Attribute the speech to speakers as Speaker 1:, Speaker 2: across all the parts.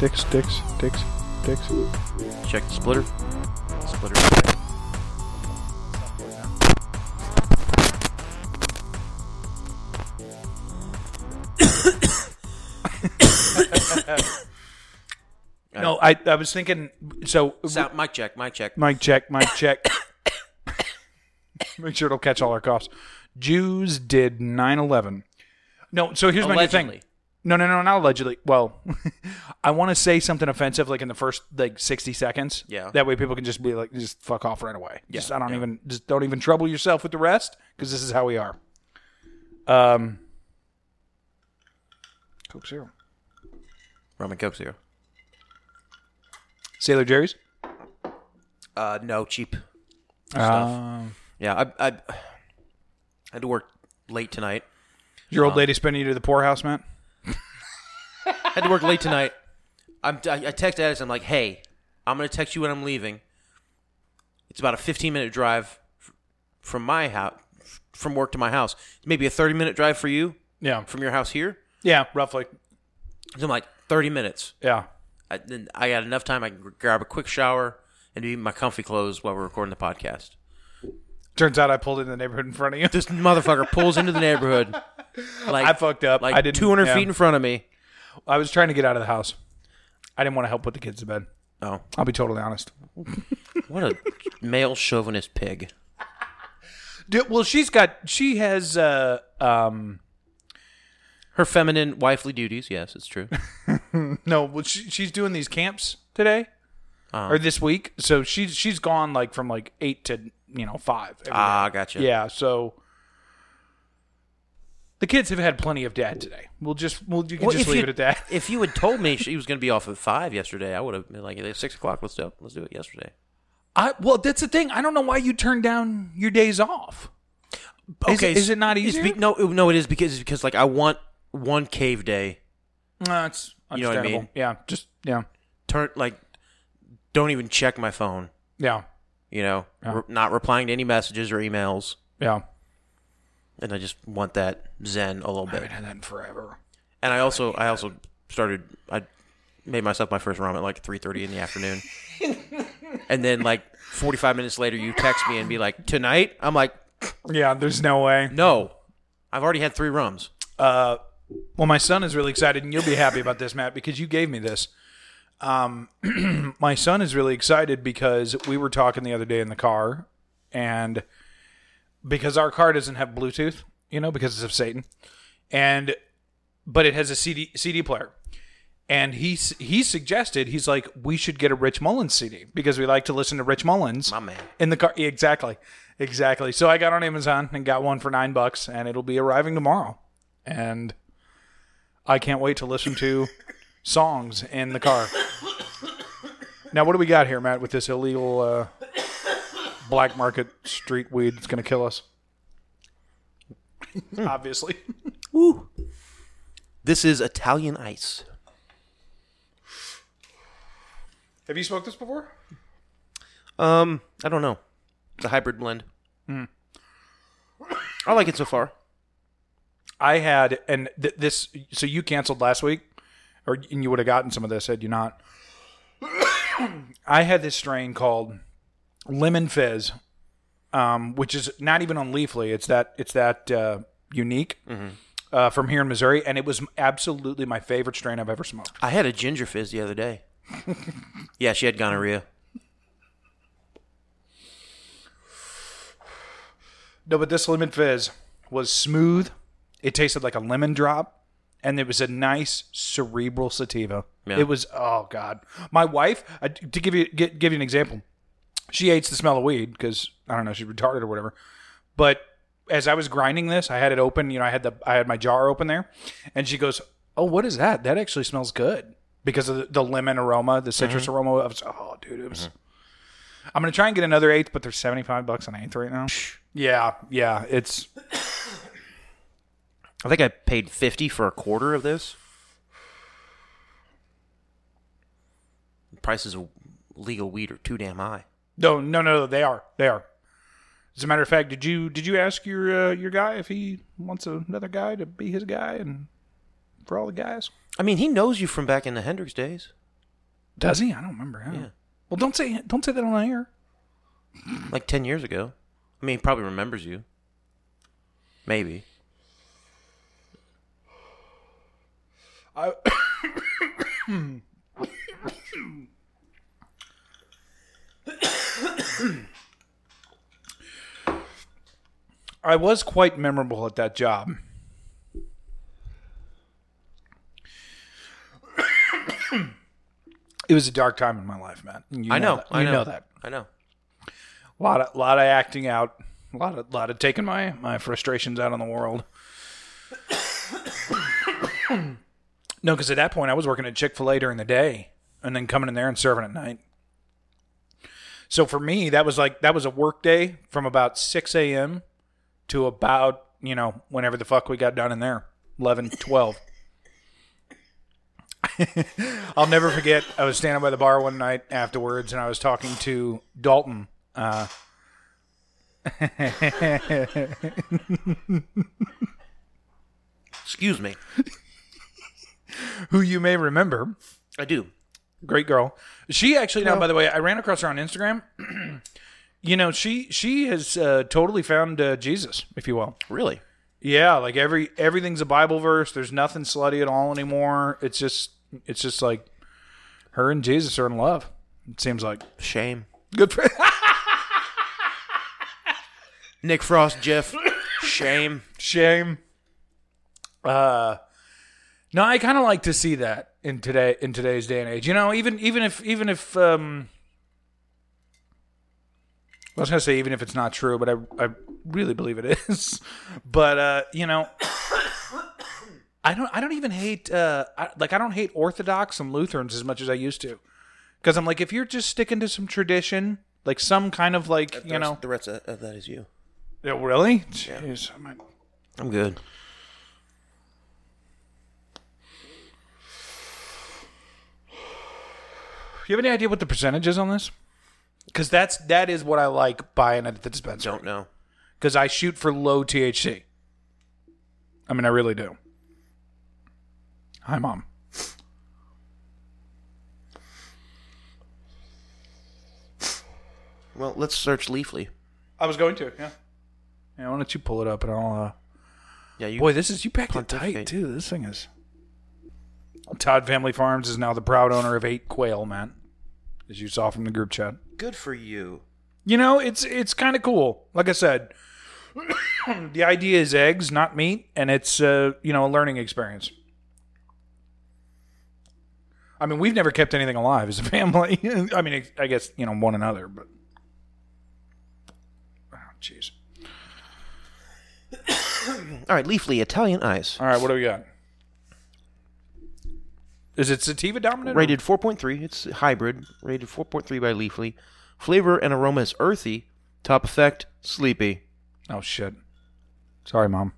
Speaker 1: Dicks, dicks, dicks, dicks.
Speaker 2: Check the splitter. Splitter.
Speaker 3: No, I, I was thinking. So
Speaker 4: Stop. Mic check. Mic check.
Speaker 3: mic check, mic check. Make sure it'll catch all our coughs. Jews did 9/11. No, so here's my new
Speaker 4: Allegedly.
Speaker 3: thing. No, no, no, not allegedly. Well, I want to say something offensive like in the first like 60 seconds.
Speaker 4: Yeah.
Speaker 3: That way people can just be like just fuck off right away. Just I don't even just don't even trouble yourself with the rest cuz this is how we are. Um Coke Zero.
Speaker 2: Roman Coke Zero.
Speaker 3: Sailor Jerry's?
Speaker 2: Uh, no, cheap.
Speaker 3: Uh,
Speaker 2: Yeah, I, I, I had to work late tonight.
Speaker 3: your old lady spinning you to the poorhouse, Matt?
Speaker 2: I had to work late tonight. I'm, I, I text Addison, I'm like, hey, I'm going to text you when I'm leaving. It's about a 15 minute drive f- from my house, from work to my house. Maybe a 30 minute drive for you
Speaker 3: Yeah.
Speaker 2: from your house here.
Speaker 3: Yeah, roughly.
Speaker 2: So I'm like, 30 minutes.
Speaker 3: Yeah.
Speaker 2: I, then I got enough time. I can grab a quick shower and do my comfy clothes while we're recording the podcast.
Speaker 3: Turns out I pulled in the neighborhood in front of you.
Speaker 2: this motherfucker pulls into the neighborhood. Like
Speaker 3: I fucked up.
Speaker 2: Like
Speaker 3: I didn't-
Speaker 2: 200
Speaker 3: yeah.
Speaker 2: feet in front of me.
Speaker 3: I was trying to get out of the house. I didn't want to help put the kids to bed.
Speaker 2: Oh,
Speaker 3: I'll be totally honest.
Speaker 2: what a male chauvinist pig.
Speaker 3: Dude, well, she's got she has uh um
Speaker 2: Her feminine wifely duties. Yes, it's true.
Speaker 3: no, well, she, she's doing these camps today
Speaker 2: Oh.
Speaker 3: or this week. So she's she's gone like from like 8 to, you know, 5. every
Speaker 2: Ah,
Speaker 3: day.
Speaker 2: gotcha.
Speaker 3: Yeah, so the kids have had plenty of dad today. We'll just we'll you can
Speaker 2: Well,
Speaker 3: just
Speaker 2: if
Speaker 3: leave
Speaker 2: you-
Speaker 3: it at that.
Speaker 2: If you had told me she was going to be off at five yesterday, I would have been like, "It's six o'clock. Let's do it. Let's do it yesterday.
Speaker 3: I well, that's the thing. I don't know why you turn down your days off. Is it- is it not
Speaker 2: it's
Speaker 3: easier?
Speaker 2: be- no, it- no, it is because it's because like I want one cave day.
Speaker 3: No, it's
Speaker 2: You know what I
Speaker 3: understandable.
Speaker 2: mean?
Speaker 3: Yeah, just yeah,
Speaker 2: Turn like, don't even check my phone.
Speaker 3: yeah,
Speaker 2: You know,
Speaker 3: Uh-huh.
Speaker 2: Re- not replying to any messages or emails.
Speaker 3: yeah.
Speaker 2: and I just want that zen a little bit.
Speaker 3: And then forever.
Speaker 2: And I also I also started I made myself my first ramen at like 3:30 in the afternoon. and then like 45 minutes later you text me and be like, "Tonight?" I'm like,
Speaker 3: Yeah, there's no way.
Speaker 2: "No. I've already had 3 rums."
Speaker 3: Well, my son is really excited, and you'll be happy about this, Matt, because you gave me this. Um, my son is really excited because we were talking the other day in the car, and because our car doesn't have Bluetooth, you know, because it's of Satan, and but it has a CD CD player. And he s- he suggested he's like we should get a Rich Mullins CD because we like to listen to Rich Mullins.
Speaker 2: My man.
Speaker 3: in the car yeah, exactly, exactly. So I got on Amazon and got one for nine bucks, and it'll be arriving tomorrow. And I can't wait to listen to songs in the car. Now, what do we got here, Matt, with this illegal uh, black market street weed that's going to kill us? Obviously.
Speaker 2: Woo. This is Italian ice.
Speaker 3: Have you smoked this before?
Speaker 2: Um, Hmm. I don't know. It's a hybrid blend. I like it so far.
Speaker 3: I had, and th- this, so you canceled last week, or and you would have gotten some of this had you not. I had this strain called Lemon Fizz, um, which is not even on Leafly. It's that it's that uh, unique uh, from here in Missouri, and it was absolutely my favorite strain I've ever smoked.
Speaker 2: I had a ginger fizz the other day. yeah, she had gonorrhea.
Speaker 3: No, but this lemon fizz was smooth. It tasted like a lemon drop, and it was a nice cerebral sativa.
Speaker 2: Yeah.
Speaker 3: It was oh god. My wife, I, to give you get, give you an example, she hates the smell of weed because I don't know she's retarded or whatever. But as I was grinding this, I had it open. You know, I had the I had my jar open there, and she goes, oh, what is that? That actually smells good because of the, the lemon aroma, the citrus aroma. Of, oh, dude, it was. I'm gonna try and get another eighth, but they're 75 bucks an eighth right now. Yeah, yeah, it's
Speaker 2: I think I paid fifty for a quarter of this. The prices of legal weed are too damn high.
Speaker 3: no, no, no. They are, they are. As a matter of fact, did you did you ask your uh, your guy if he wants another guy to be his guy and for all the guys?
Speaker 2: I mean, he knows you from back in the Hendrix days.
Speaker 3: Does he? I don't remember. Him.
Speaker 2: Yeah.
Speaker 3: Well, don't say don't say that on air.
Speaker 2: like 10 years ago. I mean, he probably remembers you. Maybe.
Speaker 3: I was quite memorable at that job. it was a dark time in my life, man. You
Speaker 2: I know.
Speaker 3: that.
Speaker 2: I
Speaker 3: you
Speaker 2: know.
Speaker 3: that.
Speaker 2: I know.
Speaker 3: A lot of lot of acting out. A lot of lot of taking my my frustrations out on the world. no, because at that point I was working at Chick Fil A during the day, and then coming in there and serving at night. So for me, that was like that was a work day from about six a.m. to about you know whenever the fuck we got done in there 11, 12. I'll never forget. I was standing by the bar one night afterwards, and I was talking to Dalton.
Speaker 2: Excuse me.
Speaker 3: who you may remember,
Speaker 2: I do.
Speaker 3: great girl. She actually now, by the way, I ran across her on Instagram. you know, she she has uh, totally found uh, Jesus, if you will.
Speaker 2: Really?
Speaker 3: Yeah, like every everything's a Bible verse. There's nothing slutty at all anymore. It's just it's just like her and Jesus are in love. It seems like
Speaker 2: Shame.
Speaker 3: good for
Speaker 2: Nick Frost, Jeff. Shame.
Speaker 3: shame. Uh, no, I kind of like to see that in today in today's day and age. You know, even even if even if um, I was gonna say even if it's not true, but I I really believe it is. But uh, you know, I don't I don't even hate uh I, like I don't hate Orthodox and Lutherans as much as I used to, because I'm like if you're just sticking to some tradition, like some kind of like you know,
Speaker 2: The rest of of that is you.
Speaker 3: Yeah, really, jeez, I might.
Speaker 2: I'm good.
Speaker 3: you have any idea what the percentage is on this? Because that's that is what I like buying it at the dispensary.
Speaker 2: Don't know.
Speaker 3: Because I shoot for low THC. I mean, I really do. Hi, mom.
Speaker 2: Well, let's search Leafly.
Speaker 3: I was going to. Yeah. Yeah. Why don't you pull it up and I'll.
Speaker 2: Yeah,
Speaker 3: Uh...
Speaker 2: you.
Speaker 3: Boy, this is you packed it tight
Speaker 2: Pontificate.
Speaker 3: too. This thing is. Todd Family Farms is now the proud owner of eight quail, man. As you saw from the group chat.
Speaker 2: good for you.
Speaker 3: you know it's it's kind of cool like i said the idea is eggs not meat and it's uh, you know a learning experience i mean we've never kept anything alive as a family i mean ex- i guess you know one another but oh jeez
Speaker 2: All right, Leafly Italian Ice.
Speaker 3: all right what do we got is it sativa dominant or-
Speaker 2: Rated 4.3. It's hybrid. Rated 4.3 by Leafly. Flavor and aroma is earthy. Top effect, sleepy.
Speaker 3: oh shit sorry mom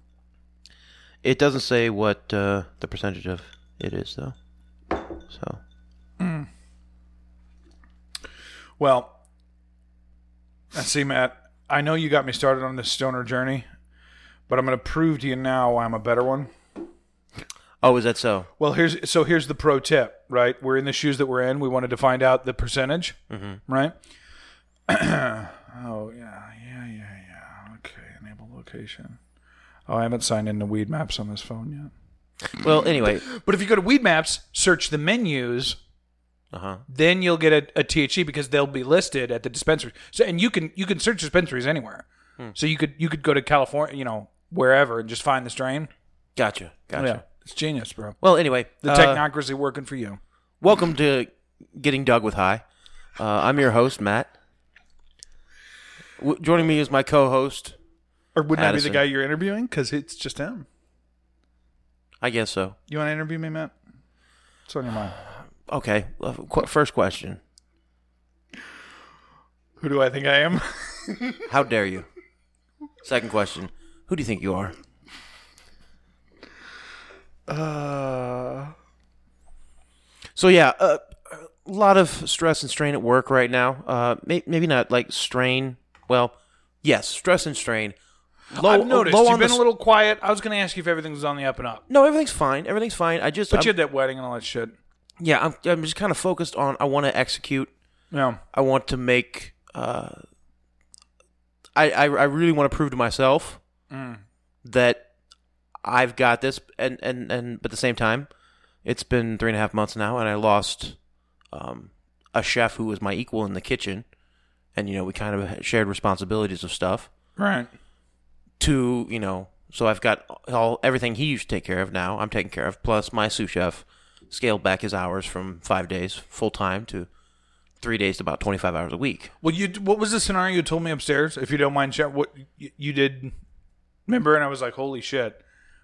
Speaker 2: It doesn't say what uh, the percentage of it is, though. So
Speaker 3: Well, I see, Matt. I know you got me started on this stoner journey, but I'm going to prove to you now why I'm a better one.
Speaker 2: Oh, is that so?
Speaker 3: Well, here's so here's the pro tip, right? We're in the shoes that we're in. We wanted to find out the percentage, right? oh yeah, yeah, yeah, yeah. Okay, enable location. Oh, I haven't signed into Weed Maps on this phone
Speaker 2: Well, anyway.
Speaker 3: yet. But if you go to Weed Maps, search the menus,
Speaker 2: Uh huh.
Speaker 3: then you'll get a, a THC because they'll be listed at the dispensary. So and you can you can search dispensaries anywhere.
Speaker 2: Hmm.
Speaker 3: So you could you could go to California, you know, wherever and just find the strain.
Speaker 2: Gotcha. Gotcha.
Speaker 3: It's genius, bro.
Speaker 2: Well, anyway.
Speaker 3: The
Speaker 2: uh,
Speaker 3: technocracy working for you.
Speaker 2: welcome to Getting Dug with High. Uh, I'm your host, Matt. W- joining me is my co host.
Speaker 3: Or wouldn't
Speaker 2: that be the Addison. guy
Speaker 3: you're interviewing? Because it's just him.
Speaker 2: I I guess so.
Speaker 3: You want to interview me, Matt? What's on your mind?
Speaker 2: Okay. well, qu- First question.
Speaker 3: Who do I think I am?
Speaker 2: How dare you? Second question. Who do you think you are?
Speaker 3: Uh,
Speaker 2: So yeah, uh, a lot of stress and strain at work right now. Uh, may- maybe not like strain. Well, yes, stress and strain. Low,
Speaker 3: I've noticed
Speaker 2: low
Speaker 3: you've
Speaker 2: on the
Speaker 3: been a
Speaker 2: s-
Speaker 3: little quiet. I was going to ask you if everything was on the up and up,
Speaker 2: No, everything's fine. Everything's fine. I just,
Speaker 3: but
Speaker 2: I'm-
Speaker 3: you had that wedding and all that shit.
Speaker 2: yeah, I'm, I'm just kind of focused on. I want to execute.
Speaker 3: Yeah,
Speaker 2: I want to make. Uh, I, I I really want to prove to myself that I've got this, and and and but at the same time, it's been three and a half months now, and I lost um, a chef who was my equal in the kitchen, and you know we kind of shared responsibilities of stuff.
Speaker 3: right.
Speaker 2: To you know, so I've got all everything he used to take care of now. I'm taking care of. Plus, my sous chef scaled back his hours from five days full time to three days to about twenty five hours a week.
Speaker 3: Well, you what was the scenario you told me upstairs? If you don't mind, sharing what you, you did. Remember, and I was like, "Holy shit!"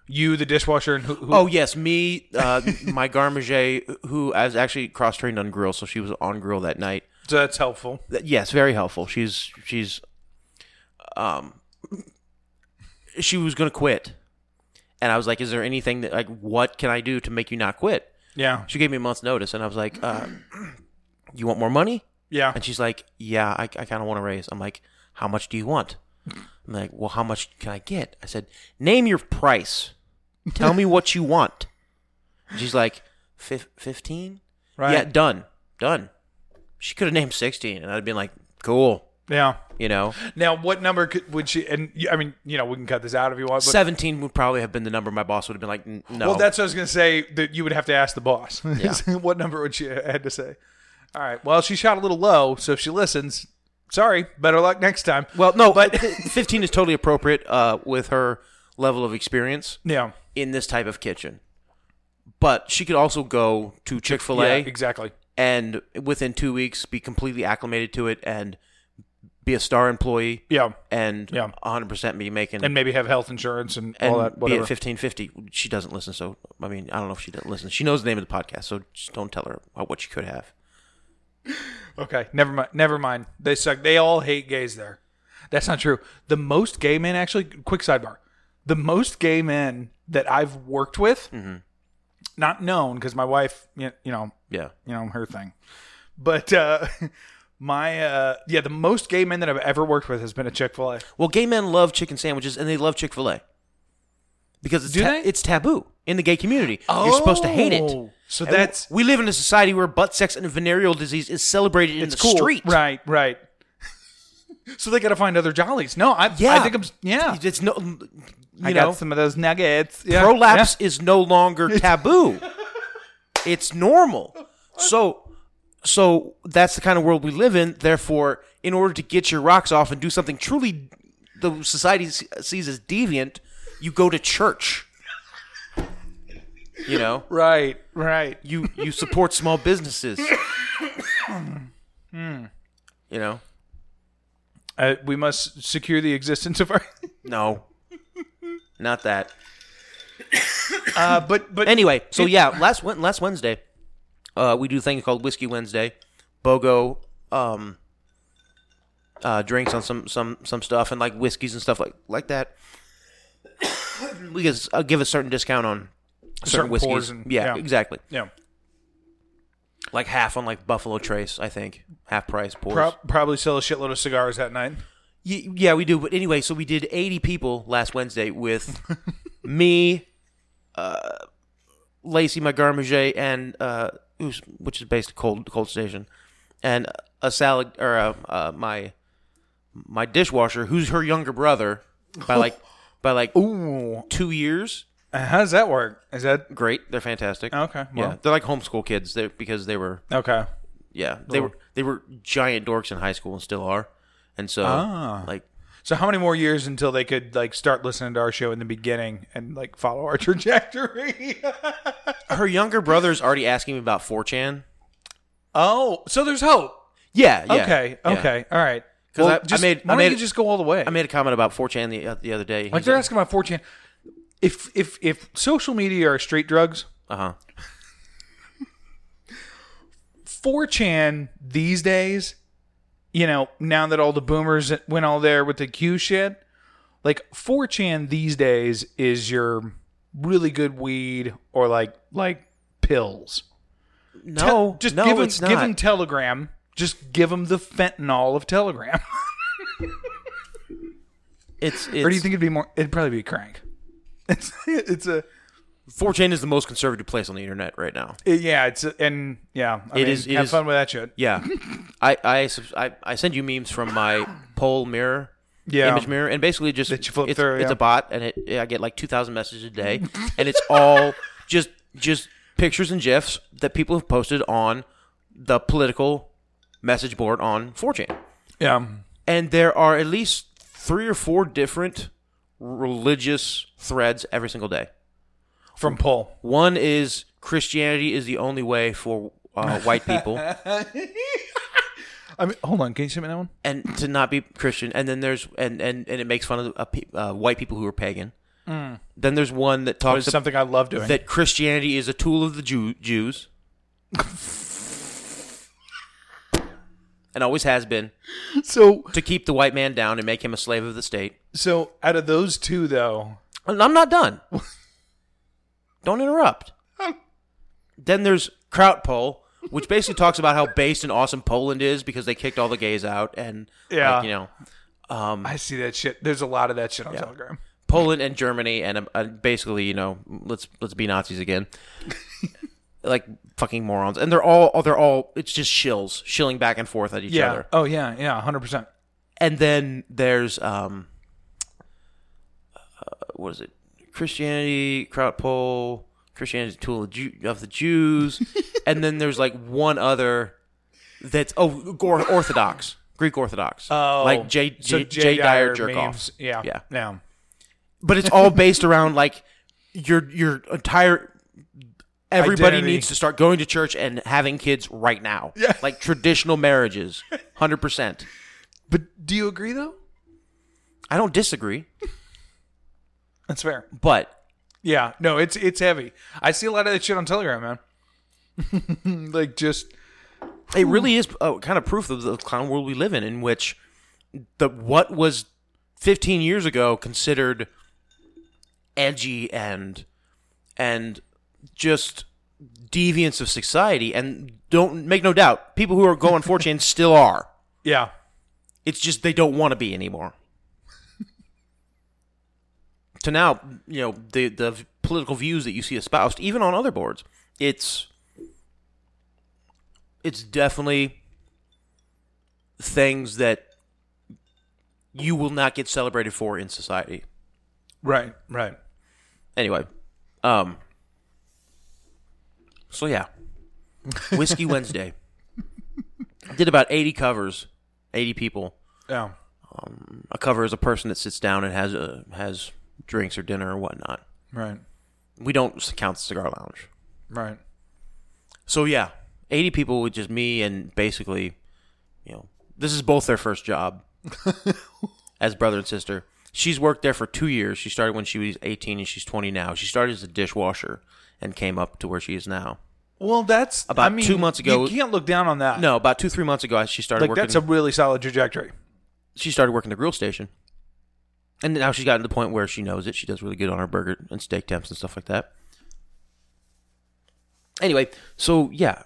Speaker 3: You, the dishwasher, and who? who
Speaker 2: Oh yes, me, uh, my garmager, who I was actually cross trained on grill, so she was on grill that night.
Speaker 3: so that's helpful.
Speaker 2: Th- Yes, very helpful. She's she's, um, she was gonna quit, and I was like, "Is there anything that like what can I do to make you not quit?"
Speaker 3: Yeah,
Speaker 2: She gave me a month's notice, and I was like, uh, "You want more money?"
Speaker 3: yeah.
Speaker 2: And she's like, "Yeah, I, I kind of want to raise." I'm like, "How much do you want?" I'm like, "Well, how much can I get?" I said, "Name your price. Tell me what you want." And she's like, "Fif- "15."
Speaker 3: Right.
Speaker 2: Yeah, done, done. She could have named 16, and I'd been like, "Cool,"
Speaker 3: Yeah.
Speaker 2: you know.
Speaker 3: Now, what number could, would she? And you- I mean, you know, we can cut this out if you want. But
Speaker 2: 17 would probably have been the number my boss would have been like, "N- "No."
Speaker 3: well, that's what I was gonna say. That you would have to ask the boss.
Speaker 2: Yeah.
Speaker 3: what number would she uh, had to say? All right. Well, she shot a little low, so if she listens, sorry. Better luck next time.
Speaker 2: well, no, uh, but 15 is totally appropriate uh, with her level of experience.
Speaker 3: yeah.
Speaker 2: in this type of kitchen. But she could also go to Chick fil
Speaker 3: Yeah.
Speaker 2: A
Speaker 3: Exactly.
Speaker 2: and within two weeks be completely acclimated to it and be a star employee
Speaker 3: Yeah.
Speaker 2: and
Speaker 3: Yeah.
Speaker 2: 100% be making
Speaker 3: And maybe have health insurance and,
Speaker 2: and
Speaker 3: all that.
Speaker 2: be
Speaker 3: Whatever.
Speaker 2: at 1550. She doesn't listen, so I mean, I don't know if she doesn't listen. She knows the name of the podcast, so just don't tell her about what she could have.
Speaker 3: Okay, never mind. Never mind. They suck. They all hate gays there. That's not true. The most gay men, actually, quick sidebar. The most gay men that I've worked with,
Speaker 2: Mm-hmm.
Speaker 3: not known because my wife, y- you know,
Speaker 2: Yeah.
Speaker 3: you know, her thing. But uh, my, uh, yeah, the most gay men that I've ever worked with has been a Chick Fil A.
Speaker 2: Well, gay men love chicken sandwiches and they love Chick fil A because it's,
Speaker 3: Do
Speaker 2: ta-
Speaker 3: they?
Speaker 2: it's taboo in the gay community. You're supposed to hate it.
Speaker 3: Oh, So
Speaker 2: And
Speaker 3: that's
Speaker 2: we live in a society where butt sex and venereal disease is celebrated in the
Speaker 3: cool.
Speaker 2: street.
Speaker 3: right? Right. so they got to find other jollies. No, I,
Speaker 2: Yeah,
Speaker 3: I think I'm, s- yeah.
Speaker 2: It's no, you
Speaker 3: I
Speaker 2: know,
Speaker 3: got some of those nuggets. Yeah.
Speaker 2: prolapse is no longer taboo. it's normal. So, so that's the kind of world we live in. Therefore, in order to get your rocks off and do something truly the society s- sees as deviant, you go to church. You know,
Speaker 3: Yeah. Right. Right.
Speaker 2: you you support small businesses. You know,
Speaker 3: Uh, we must secure the existence of our.
Speaker 2: no, not that.
Speaker 3: Uh, but but
Speaker 2: Anyway, so yeah, last Wed- last Wednesday, uh, we do a thing called Whiskey Wednesday. Bogo um, uh, drinks on some some some stuff and like whiskeys and stuff like like that. we give, uh, give a certain discount on certain,
Speaker 3: Certain
Speaker 2: whiskeys.
Speaker 3: pours and-
Speaker 2: yeah,
Speaker 3: yeah.
Speaker 2: exactly.
Speaker 3: yeah,
Speaker 2: Like half on like Buffalo Trace, I think half price pours.
Speaker 3: pro- probably sell a shitload of cigars that night.
Speaker 2: Y- yeah, we do. But anyway, so we did 80 people last Wednesday with me, uh, Lacey, my garmager, and uh, who's, which is based at cold cold station, and a salad or uh, uh, my my dishwasher, who's her younger brother by like by like
Speaker 3: Ooh,
Speaker 2: two years.
Speaker 3: Uh, how does that work? Is that
Speaker 2: Great, they're fantastic.
Speaker 3: Oh, Okay,
Speaker 2: yeah,
Speaker 3: well.
Speaker 2: they're like homeschool kids. They because they were
Speaker 3: okay?
Speaker 2: yeah they were they were giant dorks in high school and still are, and so
Speaker 3: Ah.
Speaker 2: like
Speaker 3: So how many more years until they could like start listening to our show in the beginning and like follow our trajectory?
Speaker 2: her younger brother's already asking me about 4chan.
Speaker 3: oh, so there's hope.
Speaker 2: Yeah. yeah
Speaker 3: okay,
Speaker 2: yeah.
Speaker 3: okay, all right.
Speaker 2: 'Cause I- I
Speaker 3: just,
Speaker 2: made-
Speaker 3: why
Speaker 2: I
Speaker 3: don't
Speaker 2: made-
Speaker 3: you just go all the way?
Speaker 2: I made a comment about 4chan the, the other day.
Speaker 3: like
Speaker 2: He's
Speaker 3: they're asking about 4chan. if if if social media are street drugs,
Speaker 2: Uh huh.
Speaker 3: 4chan these days, you know, now that all the boomers went all there with the Q shit, like 4chan these days is your really good weed or like like pills.
Speaker 2: No,
Speaker 3: Te- just
Speaker 2: no,
Speaker 3: give them
Speaker 2: it's not.
Speaker 3: give them Telegram. Just give them the fentanyl of Telegram.
Speaker 2: it's, it's
Speaker 3: or do you think it'd be more? It'd probably be crank. It's it's a
Speaker 2: 4chan is the most conservative place on the internet right now?
Speaker 3: yeah. It's a, and yeah. I
Speaker 2: It
Speaker 3: mean,
Speaker 2: is- it
Speaker 3: have
Speaker 2: is-
Speaker 3: fun with that shit.
Speaker 2: Yeah, I I, subs- I I send you memes from my poll mirror
Speaker 3: Yeah.
Speaker 2: image mirror, and basically just
Speaker 3: That you flip
Speaker 2: it's,
Speaker 3: through,
Speaker 2: it's
Speaker 3: yeah.
Speaker 2: a bot, and it I get like two thousand messages a day, and it's all just just pictures and gifs that people have posted on the political message board on 4chan,
Speaker 3: Yeah.
Speaker 2: and there are at least three or four different religious threads every single day.
Speaker 3: From Paul.
Speaker 2: One is Christianity is the only way for uh, white people.
Speaker 3: I mean, hold on. Can you send me that one?
Speaker 2: and to not be Christian, and then there's and and and it makes fun of uh, pe- uh, white people who are pagan. Then there's one that
Speaker 3: It's
Speaker 2: talks
Speaker 3: Mm.
Speaker 2: ab-
Speaker 3: something I love doing.
Speaker 2: that Christianity is a tool of the Jew- Jews, and always has been
Speaker 3: so
Speaker 2: to keep the white man down and make him a slave of the state.
Speaker 3: so out of those two though,
Speaker 2: And I'm not done. Don't interrupt. then there's Krautpol, which basically talks about how based and awesome Poland is because they kicked all the gays out and like,
Speaker 3: Yeah.
Speaker 2: you know.
Speaker 3: I see that shit. There's a lot of that shit on Telegram.
Speaker 2: Poland and Germany, and um, uh, basically, you know, let's let's be Nazis again, like fucking morons. And they're all they're all it's just shills shilling back and forth at each
Speaker 3: Yeah.
Speaker 2: other.
Speaker 3: Oh yeah. Yeah. Hundred percent.
Speaker 2: And then there's um, uh, what is it? Christianity, Krautpol, Christianity is a tool of, Jew, of the Jews, and then there's like one other that's oh Gor- Orthodox Greek Orthodox,
Speaker 3: Oh,
Speaker 2: like J J,
Speaker 3: so
Speaker 2: J, Dyer, jerk
Speaker 3: memes.
Speaker 2: offs
Speaker 3: Yeah.
Speaker 2: yeah
Speaker 3: Yeah.
Speaker 2: but it's all based around like your your entire everybody
Speaker 3: Identity.
Speaker 2: needs to start going to church and having kids right now. Yeah. Like traditional marriages. 100%.
Speaker 3: But do you agree though?
Speaker 2: I don't disagree,
Speaker 3: That's fair.
Speaker 2: but
Speaker 3: Yeah, no, it's it's heavy. I see a lot of that shit on Telegram, man. like just
Speaker 2: it really is uh, kind of proof of the clown world we live in in which the what was 15 years ago considered edgy and and just deviants of society and don't make no doubt people who are going 4chan still are
Speaker 3: yeah,
Speaker 2: It's just they don't want to be anymore. to now, you know, the the political views that you see espoused, even on other boards, it's it's definitely things that you will not get celebrated for in society.
Speaker 3: right, right.
Speaker 2: Anyway, um, so yeah, Whiskey Wednesday did about eighty covers, eighty people.
Speaker 3: Yeah,
Speaker 2: a cover is a person that sits down and has a has drinks or dinner or whatnot.
Speaker 3: right,
Speaker 2: We don't s- count the cigar lounge.
Speaker 3: right.
Speaker 2: So yeah, eighty people with just me and basically, you know, this is both their first job as brother and sister. She's worked there for two years. She started when she was eighteen and she's twenty now. She started as a dishwasher and came up to where she is now.
Speaker 3: Well, that's
Speaker 2: About
Speaker 3: I mean,
Speaker 2: two months ago-
Speaker 3: You can't look down on that.
Speaker 2: No, about two three months ago, she started
Speaker 3: like
Speaker 2: working.
Speaker 3: that's a really solid trajectory.
Speaker 2: she started working the grill station. And now she's gotten to the point where she knows it. She does really good on her burger and steak temps and stuff like that. Anyway, so yeah.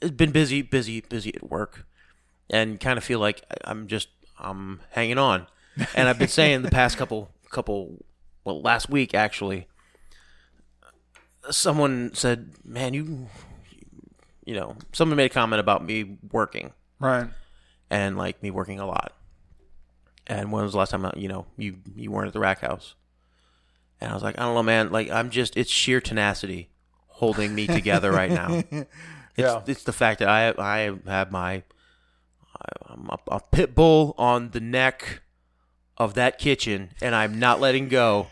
Speaker 2: It's been busy, busy, busy at work. And kind of feel like I- I'm just I'm hanging on. And I've been saying the past couple couple well, last week actually, someone said, Man, you you know, someone made a comment about me working
Speaker 3: Right.
Speaker 2: and like me working a lot. And when was the last time uh, you know you you weren't at the rack house? And I was like, I don't know, man. Like I'm just it's sheer tenacity holding me together right now. It's,
Speaker 3: Yeah.
Speaker 2: it's the fact that I I have my I'm a, a pit bull on the neck of that kitchen, and I'm not letting go.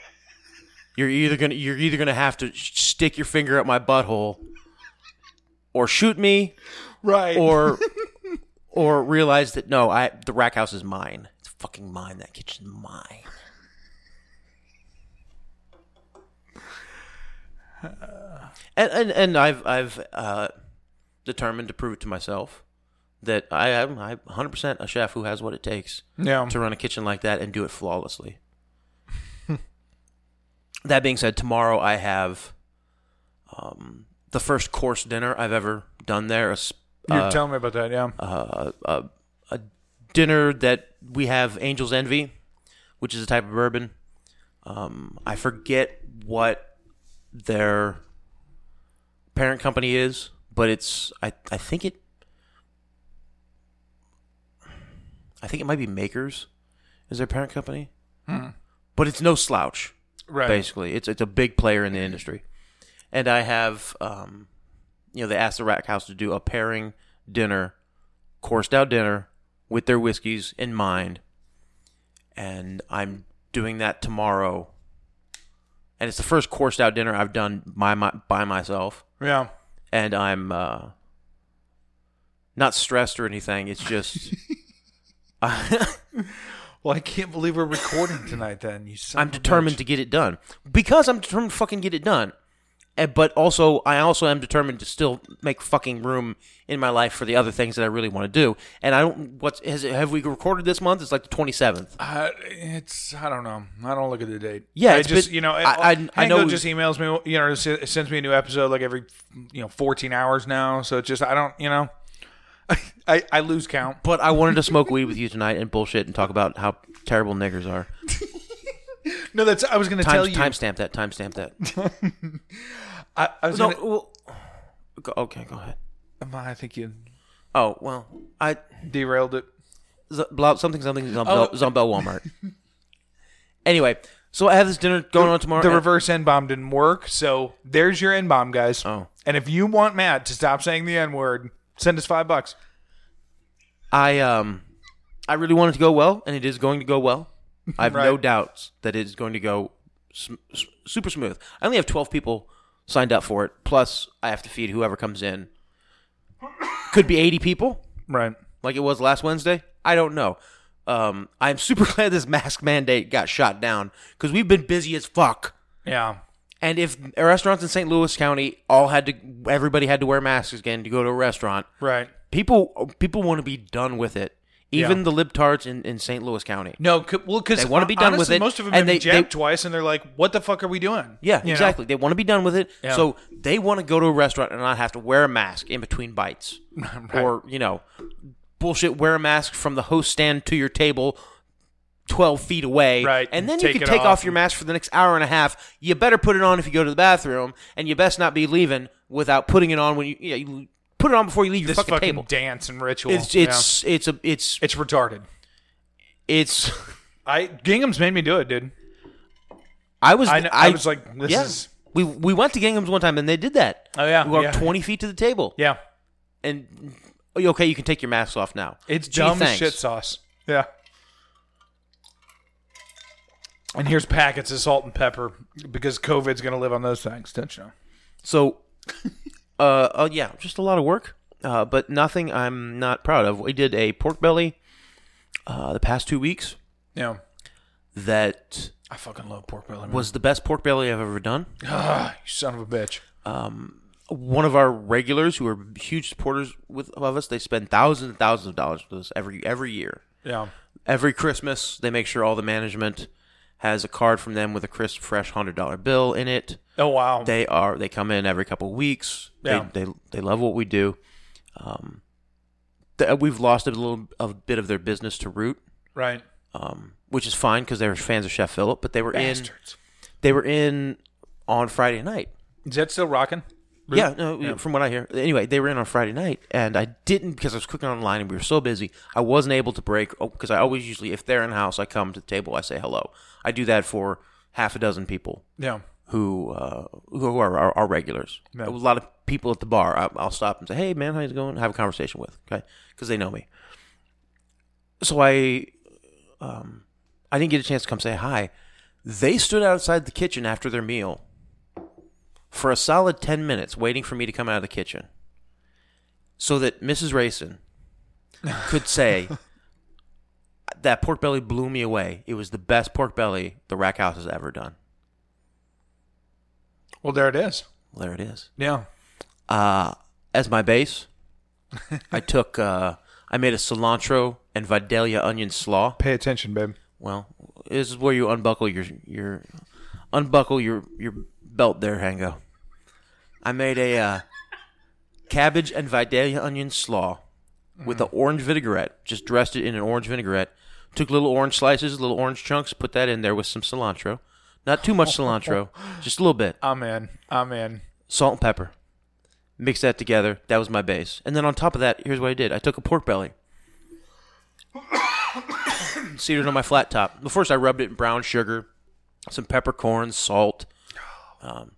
Speaker 2: You're either gonna you're either gonna have to sh- stick your finger up my butthole, or shoot me,
Speaker 3: Right.
Speaker 2: or or realize that no, I the rack house is mine. It's fucking mine. That kitchen's mine. and and, and I've I've uh, determined to prove it to myself that I am I 100% a chef who has what it takes
Speaker 3: Yeah.
Speaker 2: to run a kitchen like that and do it flawlessly. that being said, tomorrow I have um, the first course dinner I've ever done there. A, s-
Speaker 3: You're
Speaker 2: uh,
Speaker 3: telling me about that, yeah.
Speaker 2: uh, a, a dinner that we have Angel's Envy, which is a type of bourbon. Um, I forget what their parent company is, but it's I I think it I think it might be Makers is their parent company, but it's no slouch
Speaker 3: right.
Speaker 2: basically. It's it's a big player in the industry, and I have, um, you know, they asked the Rack House to do a pairing dinner, coursed out dinner with their whiskeys in mind, and I'm doing that tomorrow. And it's the first coursed out dinner I've done my, my by myself,
Speaker 3: Yeah.
Speaker 2: and I'm uh, not stressed or anything. It's just.
Speaker 3: Well, I can't believe we're recording tonight. Then you. son
Speaker 2: I'm
Speaker 3: of a
Speaker 2: determined
Speaker 3: bitch.
Speaker 2: to get it done because I'm determined to fucking get it done. And, but also, I also am determined to still make fucking room in my life for the other things that I really want to do. And I don't. What's has, it- have we recorded this month? It's like the 27th.
Speaker 3: Uh, it's I don't know. I don't look at the date.
Speaker 2: Yeah,
Speaker 3: I
Speaker 2: it's
Speaker 3: just
Speaker 2: been-
Speaker 3: you know
Speaker 2: I- I- I
Speaker 3: Hango
Speaker 2: know-
Speaker 3: just emails me you know s- sends me a new episode like every you know 14 hours now. So it's just I don't you know I I lose count.
Speaker 2: But I wanted to smoke weed with you tonight and bullshit and talk about how terrible niggers are.
Speaker 3: No, that's I was going to
Speaker 2: Time,
Speaker 3: tell you.
Speaker 2: timestamp that. Timestamp that.
Speaker 3: I, I was
Speaker 2: No.
Speaker 3: gonna-
Speaker 2: Well, go- okay, go ahead.
Speaker 3: I think you
Speaker 2: Oh well, I
Speaker 3: derailed it.
Speaker 2: Z- blah, something something
Speaker 3: Oh.
Speaker 2: Zumbel, Zumbel Walmart. anyway, so I have this dinner going on tomorrow.
Speaker 3: The
Speaker 2: and-
Speaker 3: reverse n bomb didn't work. So there's your n bomb, guys.
Speaker 2: Oh.
Speaker 3: And if you want Matt to stop saying the n word, send us five bucks.
Speaker 2: I um I really want it to go well, and it is going to go well. I have no
Speaker 3: Right.
Speaker 2: doubts that it is going to go sm- s- super smooth. I only have twelve people signed up for it. Plus, I have to feed whoever comes in. Could be eighty people,
Speaker 3: Right.
Speaker 2: like it was last Wednesday. I don't know. Um, I'm super glad this mask mandate got shot down because we've been busy as fuck.
Speaker 3: Yeah.
Speaker 2: And if restaurants in St. Louis County all had to, everybody had to wear masks again to go to a restaurant
Speaker 3: Right.
Speaker 2: people people want to be done with it. Even
Speaker 3: Yeah.
Speaker 2: the libtards in, in St. Louis County.
Speaker 3: No, c- well, because
Speaker 2: They wanna be done with it,
Speaker 3: Most of them
Speaker 2: and
Speaker 3: have
Speaker 2: they-
Speaker 3: been jacked
Speaker 2: they-
Speaker 3: twice, and they're like, "What the fuck are we doing?"
Speaker 2: Yeah,
Speaker 3: You know?
Speaker 2: exactly. They want to be done with it,
Speaker 3: Yeah.
Speaker 2: so they want to go to a restaurant and not have to wear a mask in between bites, or you know, bullshit. Wear a mask from the host stand to your table, twelve feet away,
Speaker 3: Right,
Speaker 2: And
Speaker 3: and
Speaker 2: then
Speaker 3: take
Speaker 2: you can
Speaker 3: it
Speaker 2: take
Speaker 3: off
Speaker 2: off your
Speaker 3: and-
Speaker 2: mask for the next hour and a half. You better put it on if you go to the bathroom, and you best not be leaving without putting it on when you you, know, you put it on before you leave your
Speaker 3: This
Speaker 2: fucking,
Speaker 3: fucking,
Speaker 2: table.
Speaker 3: dance and ritual.
Speaker 2: It's
Speaker 3: Yeah.
Speaker 2: it's it's a it's
Speaker 3: it's retarded.
Speaker 2: it's.
Speaker 3: I Gingham's made me do it, dude.
Speaker 2: I was
Speaker 3: I kn- I was like, this
Speaker 2: yeah.
Speaker 3: is-
Speaker 2: we we went to Gingham's one time and they did that.
Speaker 3: Oh, yeah,
Speaker 2: we walked
Speaker 3: yeah.
Speaker 2: twenty feet to the table.
Speaker 3: Yeah,
Speaker 2: and okay, you can take your masks off now.
Speaker 3: it's
Speaker 2: Gee,
Speaker 3: dumb as
Speaker 2: thanks.
Speaker 3: shit sauce. Yeah. And here's packets of salt and pepper because COVID's gonna live on those things. Don't you know?
Speaker 2: So, uh, uh, yeah, just a lot of work, uh, but nothing I'm not proud of. We did a pork belly uh, the past two weeks
Speaker 3: Yeah.
Speaker 2: that
Speaker 3: I fucking love pork belly. Man.
Speaker 2: was the best pork belly I've ever done.
Speaker 3: Ah, you son of a bitch.
Speaker 2: One of our regulars, who are huge supporters with of us, they spend thousands and thousands of dollars with us every every year.
Speaker 3: Yeah.
Speaker 2: every Christmas they make sure all the management has a card from them with a crisp, fresh hundred dollar bill in it.
Speaker 3: Oh wow.
Speaker 2: They are they come in every couple of weeks.
Speaker 3: Yeah.
Speaker 2: They, they they love what we do. Um, th- we've lost a little a bit of their business to Root,
Speaker 3: right.
Speaker 2: um, which is fine because they were fans of Chef Philip, but they were
Speaker 3: Bastards.
Speaker 2: in they were in on Friday night.
Speaker 3: Is that still rocking?
Speaker 2: Yeah, no, from what I hear. Anyway, they were in on Friday night, and I didn't because I was cooking online and we were so busy. I wasn't able to break because I always usually, if they're in house, I come to the table, I say hello. I do that for half a dozen people
Speaker 3: Yeah.
Speaker 2: who uh, who are our, our regulars. A lot of people at the bar. I, I'll stop and say, "Hey, man, how's it going?" Have a conversation with, okay, because they know me. So I, um, I didn't get a chance to come say hi. They stood outside the kitchen after their meal for a solid ten minutes, waiting for me to come out of the kitchen, so that Mrs. Rayson could say. That pork belly blew me away. It was the best pork belly the Rack House has ever done.
Speaker 3: Well, there it is.
Speaker 2: Well, there it is.
Speaker 3: Yeah.
Speaker 2: Uh, as my base, I took, uh, I made a cilantro and Vidalia onion slaw.
Speaker 3: Pay attention, babe.
Speaker 2: Well, this is where you unbuckle your your unbuckle your your belt there, Hango. I made a uh, cabbage and Vidalia onion slaw with an orange vinaigrette. Just dressed it in an orange vinaigrette. Took little orange slices, little orange chunks, put that in there with some cilantro. Not too much cilantro, just a little bit.
Speaker 3: I'm in. I'm in.
Speaker 2: Salt and pepper. Mix that together. That was my base. And then on top of that, here's what I did. I took a pork belly. seated it on my flat top. But first, I rubbed it in brown sugar, some peppercorns, salt, um,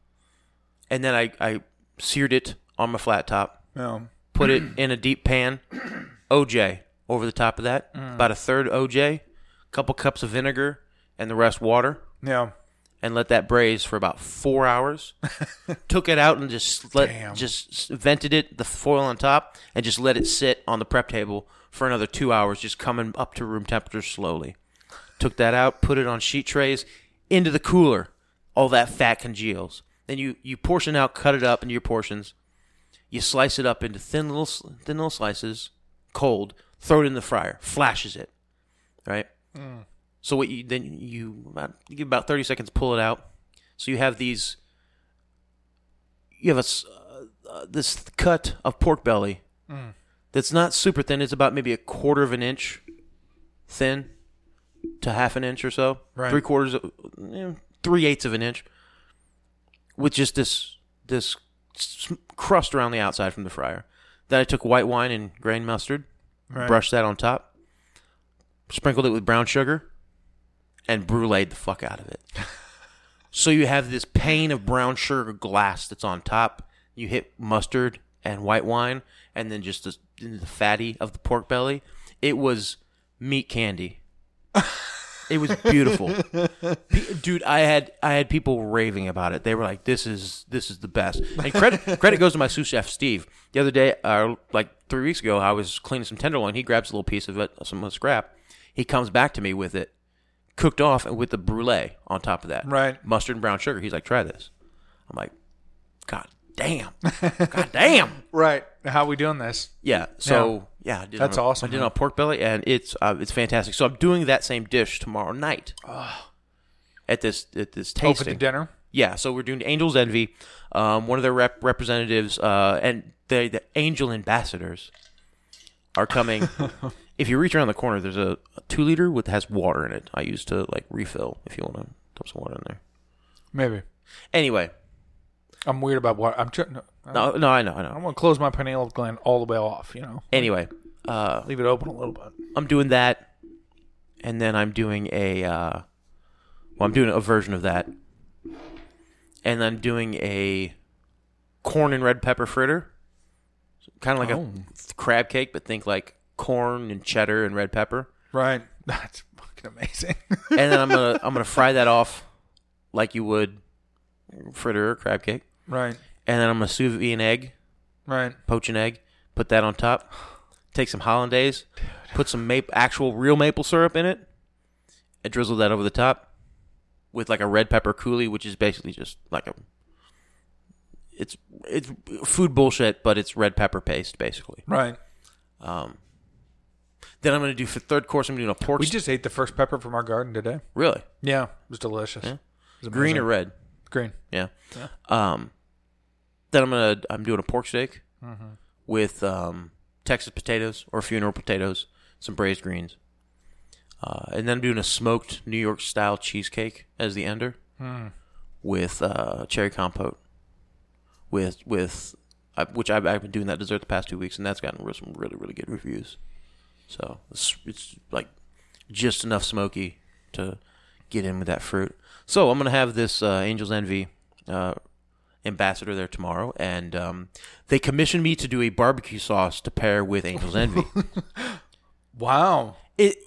Speaker 2: and then I, I seared it on my flat top.
Speaker 3: Yeah.
Speaker 2: Put it in a deep pan. OJ over the top of that. About a third OJ, couple cups of vinegar, and the rest water.
Speaker 3: Yeah.
Speaker 2: And let that braise for about four hours. Took it out and just let
Speaker 3: Damn.
Speaker 2: just s- vented it the foil on top and just let it sit on the prep table for another two hours, just coming up to room temperature slowly took that out, put it on sheet trays, into the cooler. All that fat congeals. Then you you portion out, cut it up into your portions. You slice it up into thin little s- thin little slices, cold. Throw it in the fryer, flashes it, right. So what you then you about, you give about thirty seconds, pull it out. So you have these. You have a s- uh, this cut of pork belly that's not super thin. It's about maybe a quarter of an inch thin to half an inch or so,
Speaker 3: Right.
Speaker 2: three quarters, of, eh, three eighths of an inch, with just this this s- crust around the outside from the fryer. Then I took white wine and grain mustard, brushed that on top, sprinkled it with brown sugar, and bruleed the fuck out of it. so you have this pane of brown sugar glass that's on top. You hit mustard and white wine, and then just the, the fatty of the pork belly. It was meat candy. It was beautiful, Pe- dude. I had I had people raving about it. They were like, "This is this is the best." And credit credit goes to my sous chef Steve. The other day, uh, like three weeks ago, I was cleaning some tenderloin. He grabs a little piece of it, some of the scrap. He comes back to me with it cooked off and with the brulee on top of that,
Speaker 3: Right.
Speaker 2: Mustard and brown sugar. He's like, "Try this." I'm like, "God damn, god damn."
Speaker 3: Right. How we doing this?
Speaker 2: Yeah. So yeah, I did
Speaker 3: That's
Speaker 2: on a-
Speaker 3: awesome,
Speaker 2: I did
Speaker 3: man.
Speaker 2: on a pork belly, and it's uh, it's fantastic. So I'm doing that same dish tomorrow night. At this at this
Speaker 3: Open for the
Speaker 2: tasting.
Speaker 3: dinner.
Speaker 2: Yeah. So we're doing Angels Envy. Um, one of their rep- representatives uh, and the the Angel Ambassadors are coming. if you reach around the corner, there's a, a two liter with has water in it. I used to like refill if you want to dump some water in there.
Speaker 3: Maybe.
Speaker 2: Anyway,
Speaker 3: I'm weird about what I'm trying.
Speaker 2: no, no, I know, I
Speaker 3: I
Speaker 2: know.
Speaker 3: want to close my pineal gland all the way off. You know,
Speaker 2: Anyway, uh,
Speaker 3: leave it open a little bit.
Speaker 2: I'm doing that, and then I'm doing a, uh, well, I'm doing a version of that, and I'm doing a corn and red pepper fritter, kind of like a crab cake, but think like corn and cheddar and red pepper,
Speaker 3: Right. That's fucking amazing.
Speaker 2: and then I'm gonna I'm gonna fry that off like you would fritter or crab cake,
Speaker 3: right.
Speaker 2: and then I'm gonna sous vide an egg,
Speaker 3: Right.
Speaker 2: poach an egg, put that on top, take some hollandaise, put some maple, actual real maple syrup in it, and drizzle that over the top with like a red pepper coulis, which is basically just like a it's it's food bullshit, but it's red pepper paste basically.
Speaker 3: Right.
Speaker 2: Um, Then I'm gonna do for third course. I'm doing a pork.
Speaker 3: We
Speaker 2: st-
Speaker 3: just ate the first pepper from our garden today.
Speaker 2: really
Speaker 3: Yeah, it was delicious. It was
Speaker 2: green
Speaker 3: amazing.
Speaker 2: or red.
Speaker 3: green?
Speaker 2: Yeah. Um, then I'm gonna I'm doing a pork steak with um, Texas potatoes or funeral potatoes, some braised greens, uh, and then I'm doing a smoked New York style cheesecake as the ender with uh, cherry compote. With with I, which I've, I've been doing that dessert the past two weeks, and that's gotten re- some really really good reviews. So it's, it's like just enough smoky to get in with that fruit. So I'm gonna have this uh, Angels Envy uh, ambassador there tomorrow, and um, they commissioned me to do a barbecue sauce to pair with Angels Envy.
Speaker 3: Wow.
Speaker 2: It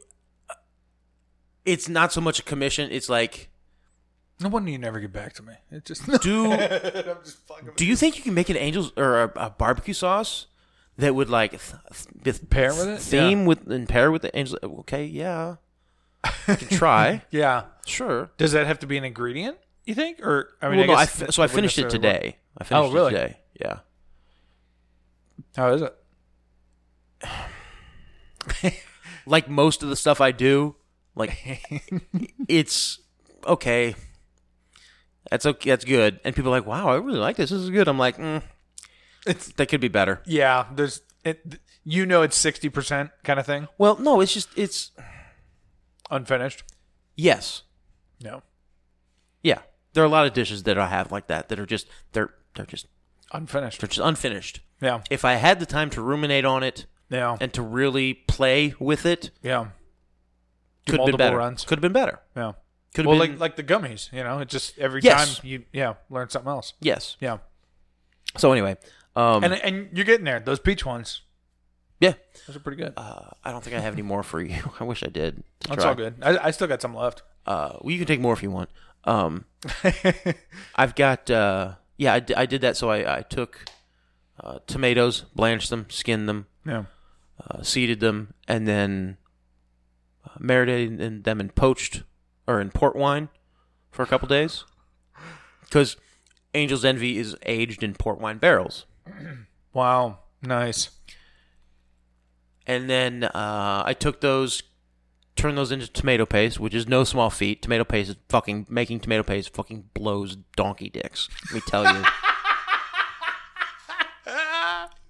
Speaker 2: it's not so much a commission; it's like
Speaker 3: No wonder you never get back to me. It just
Speaker 2: do do you think you can make an angels or a, a barbecue sauce that would like th- th-
Speaker 3: Pair with it?
Speaker 2: theme
Speaker 3: Yeah.
Speaker 2: with and pair with the angels? Okay, yeah, I can try.
Speaker 3: yeah.
Speaker 2: sure.
Speaker 3: Does that have to be an ingredient? You think? Or I mean,
Speaker 2: well, no,
Speaker 3: I
Speaker 2: I
Speaker 3: guess
Speaker 2: fi-
Speaker 3: that
Speaker 2: so I
Speaker 3: wouldn't
Speaker 2: finished it
Speaker 3: necessarily work. Oh,
Speaker 2: today. I finished
Speaker 3: really?
Speaker 2: it today. Yeah.
Speaker 3: How Oh, is it?
Speaker 2: Like most of the stuff I do, like it's okay. That's okay. That's good. And people are like, "Wow, I really like this. This is good." I'm like, mm,
Speaker 3: It's
Speaker 2: "That could be better."
Speaker 3: yeah. There's it. You know, it's sixty percent kind of thing.
Speaker 2: Well, no, it's just it's
Speaker 3: Unfinished.
Speaker 2: yes,
Speaker 3: No.
Speaker 2: yeah. There are a lot of dishes that I have like that that are just they're they're just
Speaker 3: Unfinished.
Speaker 2: they're just unfinished.
Speaker 3: Yeah.
Speaker 2: If I had the time to ruminate on it
Speaker 3: Yeah.
Speaker 2: and to really play with it,
Speaker 3: yeah. Do
Speaker 2: could have been
Speaker 3: multiple
Speaker 2: better.
Speaker 3: runs.
Speaker 2: Could have been better.
Speaker 3: Yeah.
Speaker 2: Could have
Speaker 3: Well,
Speaker 2: been
Speaker 3: like like the gummies. You know, it just every
Speaker 2: Yes.
Speaker 3: time you yeah learn something else.
Speaker 2: yes.
Speaker 3: Yeah.
Speaker 2: So anyway, um,
Speaker 3: And and you're getting there. Those peach ones.
Speaker 2: yeah,
Speaker 3: Those are pretty good.
Speaker 2: uh, I don't think I have any more for you. I wish I did. to
Speaker 3: That's
Speaker 2: try.
Speaker 3: all good. I, I still got some left.
Speaker 2: Uh, well, you can take more if you want. Um, I've got uh, yeah, I, di- I did that. So I I took uh, tomatoes, blanched them, skinned them,
Speaker 3: Yeah.
Speaker 2: uh, seeded them, and then uh, marinated in them in poached or in port wine for a couple days because Angel's Envy is aged in port wine barrels.
Speaker 3: Wow. Nice.
Speaker 2: and then uh, I took those, turned those into tomato paste, which is no small feat. Tomato paste is fucking making tomato paste fucking blows donkey dicks. Let me tell you.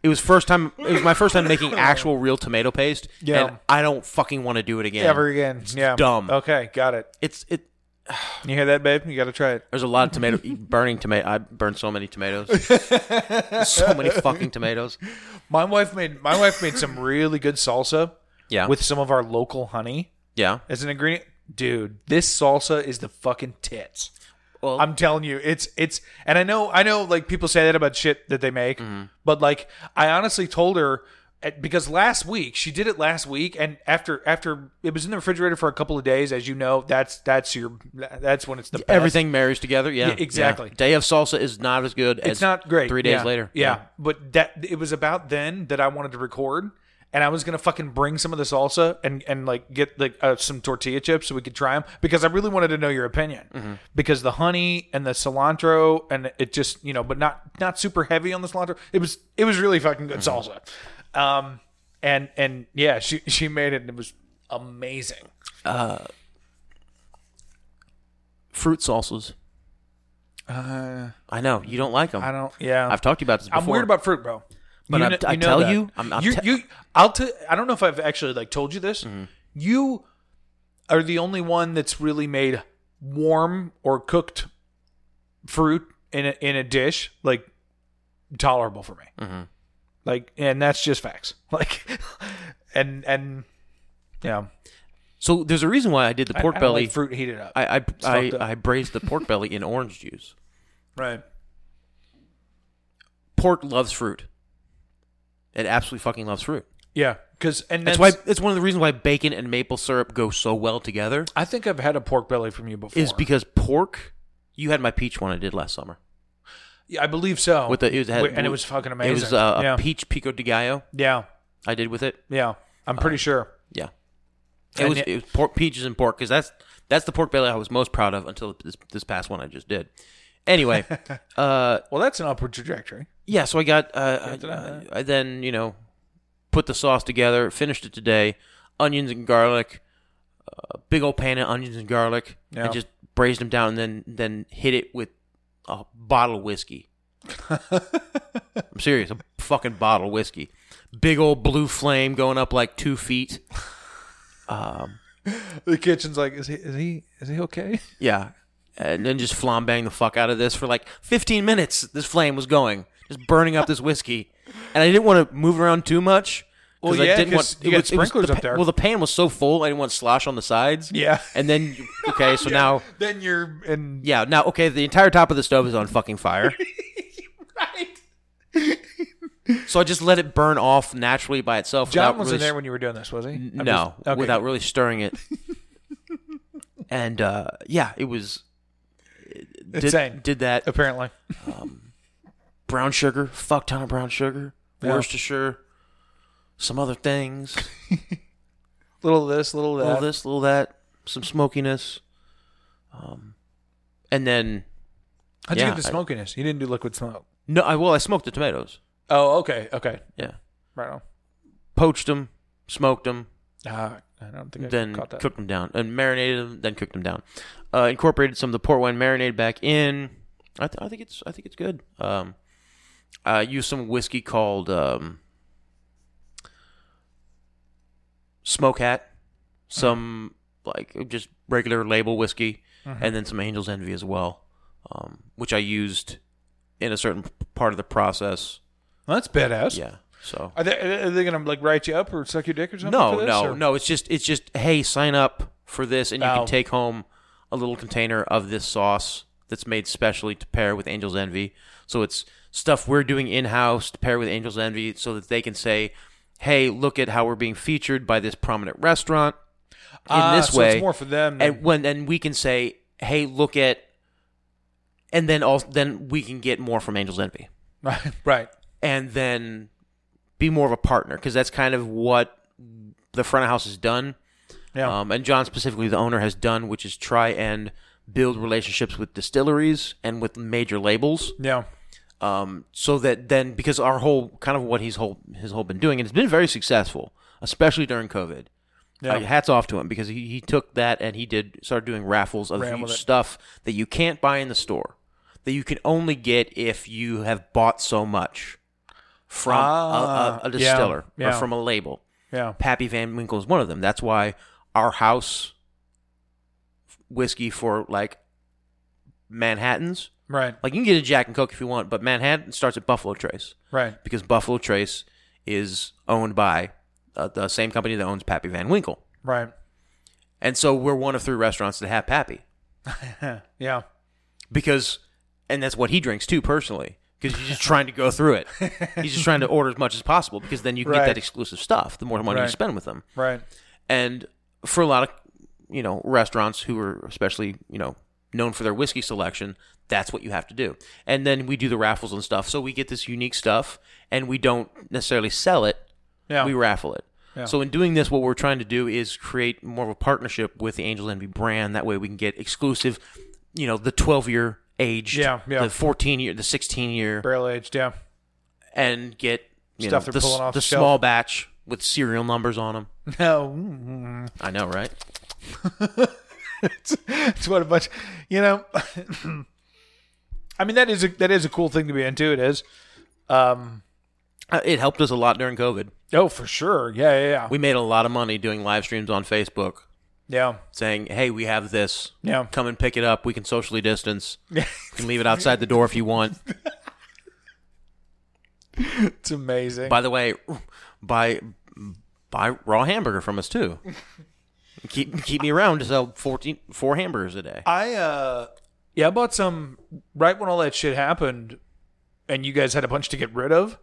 Speaker 2: It was first time. It was my first time making actual real tomato paste,
Speaker 3: Yeah.
Speaker 2: and I don't fucking want to do it again.
Speaker 3: Ever again. yeah.
Speaker 2: dumb.
Speaker 3: Okay. Got it.
Speaker 2: It's it.
Speaker 3: You hear that, babe? You got to try it.
Speaker 2: There's a lot of tomato burning tomato. I burned so many tomatoes, so many fucking tomatoes.
Speaker 3: My wife made my wife made some really good salsa
Speaker 2: Yeah,
Speaker 3: with some of our local honey
Speaker 2: yeah.
Speaker 3: as an ingredient. Dude, this salsa is the fucking tits.
Speaker 2: Well,
Speaker 3: I'm telling you, it's it's and I know I know like people say that about shit that they make,
Speaker 2: Mm-hmm.
Speaker 3: but like I honestly told her at- because last week she did it last week and after after it was in the refrigerator for a couple of days as you know, that's that's your that's when it's the best.
Speaker 2: everything marries together. Yeah,
Speaker 3: Yeah, exactly.
Speaker 2: yeah. Day of salsa is not as good. as
Speaker 3: it's not great.
Speaker 2: Three days
Speaker 3: Yeah.
Speaker 2: later.
Speaker 3: Yeah. but that it was about then that I wanted to record, and I was gonna fucking bring some of the salsa and and like get like uh, some tortilla chips so we could try them because I really wanted to know your opinion
Speaker 2: Mm-hmm.
Speaker 3: because the honey and the cilantro and it just you know but not not super heavy on the cilantro. It was it was really fucking good
Speaker 2: Mm-hmm.
Speaker 3: salsa, um, and and yeah, she she made it and it was amazing.
Speaker 2: Fruit salsas. Uh, I know you don't like them.
Speaker 3: I don't. Yeah,
Speaker 2: I've talked to you about this before.
Speaker 3: I'm weird about fruit, bro.
Speaker 2: But
Speaker 3: You
Speaker 2: I'm-
Speaker 3: kn-
Speaker 2: I
Speaker 3: you know
Speaker 2: tell
Speaker 3: that.
Speaker 2: you, I'm- I'm
Speaker 3: you,
Speaker 2: te- Mm-hmm.
Speaker 3: you- I'll tell. I don't know if I've actually like told you this. You are the only one that's really made warm or cooked fruit in a, in a dish like tolerable for me.
Speaker 2: Mm-hmm.
Speaker 3: Like, and that's just facts. Like, and and yeah,
Speaker 2: So there's a reason why I did the pork
Speaker 3: I don't
Speaker 2: belly.
Speaker 3: like fruit heated up.
Speaker 2: I I I,
Speaker 3: fucked up.
Speaker 2: I braised the pork belly in orange juice.
Speaker 3: right.
Speaker 2: Pork loves fruit. It absolutely fucking loves fruit.
Speaker 3: Yeah, because and
Speaker 2: That's
Speaker 3: that's,
Speaker 2: why. That's one of the reasons why bacon and maple syrup go so well together.
Speaker 3: I think I've had a pork belly from you before.
Speaker 2: Is because pork. You had my peach one I did last summer
Speaker 3: yeah, I believe so.
Speaker 2: with the it was, had,
Speaker 3: Oh. and it was fucking amazing.
Speaker 2: It was uh,
Speaker 3: yeah.
Speaker 2: a peach pico de gallo
Speaker 3: Yeah,
Speaker 2: I did with it.
Speaker 3: yeah. I'm pretty sure.
Speaker 2: Yeah. It
Speaker 3: And
Speaker 2: was,
Speaker 3: it-
Speaker 2: it was pork, peaches and pork because that's that's the pork belly I was most proud of until this, this past one I just did. Anyway, uh,
Speaker 3: Well, that's an upward trajectory.
Speaker 2: yeah, so I got uh, I, I- I then you know put the sauce together, finished it today, onions and garlic, uh, big old pan of onions and garlic,
Speaker 3: Yeah.
Speaker 2: and just braised them down, and then then hit it with a bottle of whiskey. I'm serious, a fucking bottle of whiskey, big old blue flame going up like two feet.
Speaker 3: The kitchen's like, is he is he is he okay?
Speaker 2: Yeah. And then just flambang the fuck out of this for like 15 minutes. This flame was going, just burning up this whiskey. And I didn't want to move around too much. 'cause
Speaker 3: Well, yeah,
Speaker 2: I didn't
Speaker 3: 'cause you got sprinklers
Speaker 2: the
Speaker 3: up
Speaker 2: pa-
Speaker 3: there.
Speaker 2: Well, the pan was so full, I didn't want slosh on the sides.
Speaker 3: Yeah.
Speaker 2: And then, okay, so now,
Speaker 3: Then you're in
Speaker 2: yeah, now, okay, the entire top of the stove is on fucking fire.
Speaker 3: right.
Speaker 2: so I just let it burn off naturally by itself.
Speaker 3: John
Speaker 2: without
Speaker 3: wasn't
Speaker 2: really
Speaker 3: there when you were doing this, was he? I'm just-
Speaker 2: no,
Speaker 3: okay.
Speaker 2: without really stirring it. and uh, yeah, it was. Did,
Speaker 3: Insane.
Speaker 2: Did that.
Speaker 3: apparently.
Speaker 2: brown sugar, fuck ton of brown sugar, Worcestershire, some other things,
Speaker 3: Little of this, little of
Speaker 2: a
Speaker 3: that.
Speaker 2: little this, a little that, some smokiness, um, and then
Speaker 3: How'd
Speaker 2: Yeah,
Speaker 3: you get the
Speaker 2: I-
Speaker 3: smokiness? you didn't do liquid smoke.
Speaker 2: No, I well, I smoked the tomatoes.
Speaker 3: Oh, okay, okay,
Speaker 2: Yeah,
Speaker 3: right on.
Speaker 2: poached them, smoked them,
Speaker 3: Uh, I don't think I
Speaker 2: then
Speaker 3: caught that.
Speaker 2: cooked them down, and marinated them, then cooked them down. Uh, incorporated some of the port wine marinade back in. I, th- I think it's I think it's good. Um, I used some whiskey called um, Smoke Hat, some like just regular label whiskey,
Speaker 3: Mm-hmm.
Speaker 2: and then some Angel's Envy as well, um, which I used in a certain part of the process.
Speaker 3: Well, that's badass.
Speaker 2: Yeah, so
Speaker 3: Are they, are they gonna like write you up or suck your dick or something?
Speaker 2: no,
Speaker 3: for this,
Speaker 2: no,
Speaker 3: or-
Speaker 2: no. It's just it's just hey, sign up for this, and you
Speaker 3: Oh.
Speaker 2: can take home a little container of this sauce that's made specially to pair with Angel's Envy. So it's stuff we're doing in house to pair with Angel's Envy, so that they can say, hey, look at how we're being featured by this prominent restaurant in
Speaker 3: Ah,
Speaker 2: this
Speaker 3: so
Speaker 2: way.
Speaker 3: it's more for them. than-
Speaker 2: and when and we can say, hey, look at, and then also then we can get more from Angel's Envy
Speaker 3: right, right.
Speaker 2: and then be more of a partner because that's kind of what the front of house has done.
Speaker 3: Yeah.
Speaker 2: Um, and John specifically, the owner, has done, which is try and build relationships with distilleries and with major labels,
Speaker 3: Yeah.
Speaker 2: um, so that then because our whole kind of what he's whole his whole been doing, and it's been very successful, especially during COVID.
Speaker 3: Yeah.
Speaker 2: Like, hats off to him because he, he took that and he did started doing raffles of
Speaker 3: Ran with it.
Speaker 2: stuff that you can't buy in the store, that you can only get if you have bought so much from a-
Speaker 3: Ah,
Speaker 2: a,
Speaker 3: yeah,
Speaker 2: a, distiller
Speaker 3: yeah.
Speaker 2: or from a label.
Speaker 3: Yeah.
Speaker 2: Pappy Van Winkle is one of them. That's why our house whiskey for like Manhattans,
Speaker 3: Right.
Speaker 2: like you can get a Jack and Coke if you want, but Manhattan starts at Buffalo Trace
Speaker 3: Right.
Speaker 2: because Buffalo Trace is owned by uh, the same company that owns Pappy Van Winkle.
Speaker 3: Right.
Speaker 2: And so we're one of three restaurants that have Pappy
Speaker 3: Yeah.
Speaker 2: because, and that's what he drinks too personally because he's just trying to go through it. He's just trying to order as much as possible because then you can
Speaker 3: Right.
Speaker 2: get that exclusive stuff the more money
Speaker 3: Right.
Speaker 2: you spend with them.
Speaker 3: Right.
Speaker 2: And for a lot of, you know, restaurants who are especially, you know, known for their whiskey selection, that's what you have to do. And then we do the raffles and stuff. So we get this unique stuff and we don't necessarily sell it.
Speaker 3: Yeah.
Speaker 2: we raffle it.
Speaker 3: Yeah.
Speaker 2: So in doing this, what we're trying to do is create more of a partnership with the Angel Envy brand. That way, we can get exclusive, you know, the twelve year age,
Speaker 3: Yeah, yeah.
Speaker 2: the fourteen year, the sixteen year,
Speaker 3: barrel aged. Yeah.
Speaker 2: and get you
Speaker 3: Stuff
Speaker 2: know,
Speaker 3: they're
Speaker 2: the,
Speaker 3: pulling off
Speaker 2: the
Speaker 3: the shelf.
Speaker 2: small batch with serial numbers on them.
Speaker 3: No. mm-hmm.
Speaker 2: I know, right?
Speaker 3: It's what a bunch. You know. I mean that is a that is a cool thing to be into. It is. Um.
Speaker 2: Uh, It helped us a lot during COVID.
Speaker 3: Oh, for sure. Yeah. Yeah. Yeah.
Speaker 2: We made a lot of money doing live streams on Facebook,
Speaker 3: yeah.
Speaker 2: saying, "Hey, we have this.
Speaker 3: Yeah.
Speaker 2: Come and pick it up. We can socially distance. you can leave it outside the door if you want."
Speaker 3: It's amazing.
Speaker 2: By the way, buy buy raw hamburger from us too. keep keep me around to sell 14, four hamburgers a day.
Speaker 3: I uh yeah, I bought some right when all that shit happened and you guys had a bunch to get rid of.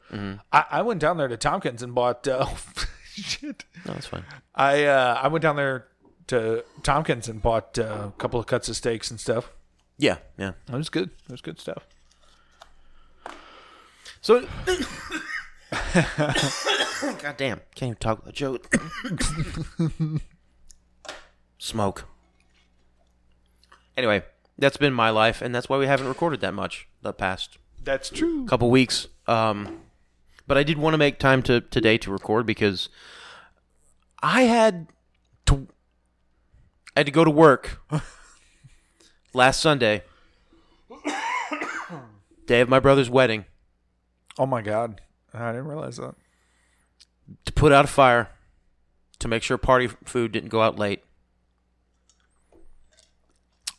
Speaker 3: I, I went down there to Tompkins and bought uh, shit.
Speaker 2: No, that's fine.
Speaker 3: I uh I went down there to Tompkins and bought uh, a couple of cuts of steaks and stuff.
Speaker 2: Yeah, yeah.
Speaker 3: It was good. It was good stuff.
Speaker 2: So, God damn, can't even talk with a joke. Smoke. Anyway, that's been my life, and that's why we haven't recorded that much the past
Speaker 3: That's true.
Speaker 2: couple weeks. Um, but I did want to make time to today to record because I had to I had to go to work last Sunday, day of my brother's wedding,
Speaker 3: Oh my god. I didn't realize that.
Speaker 2: to put out a fire to make sure party food didn't go out late,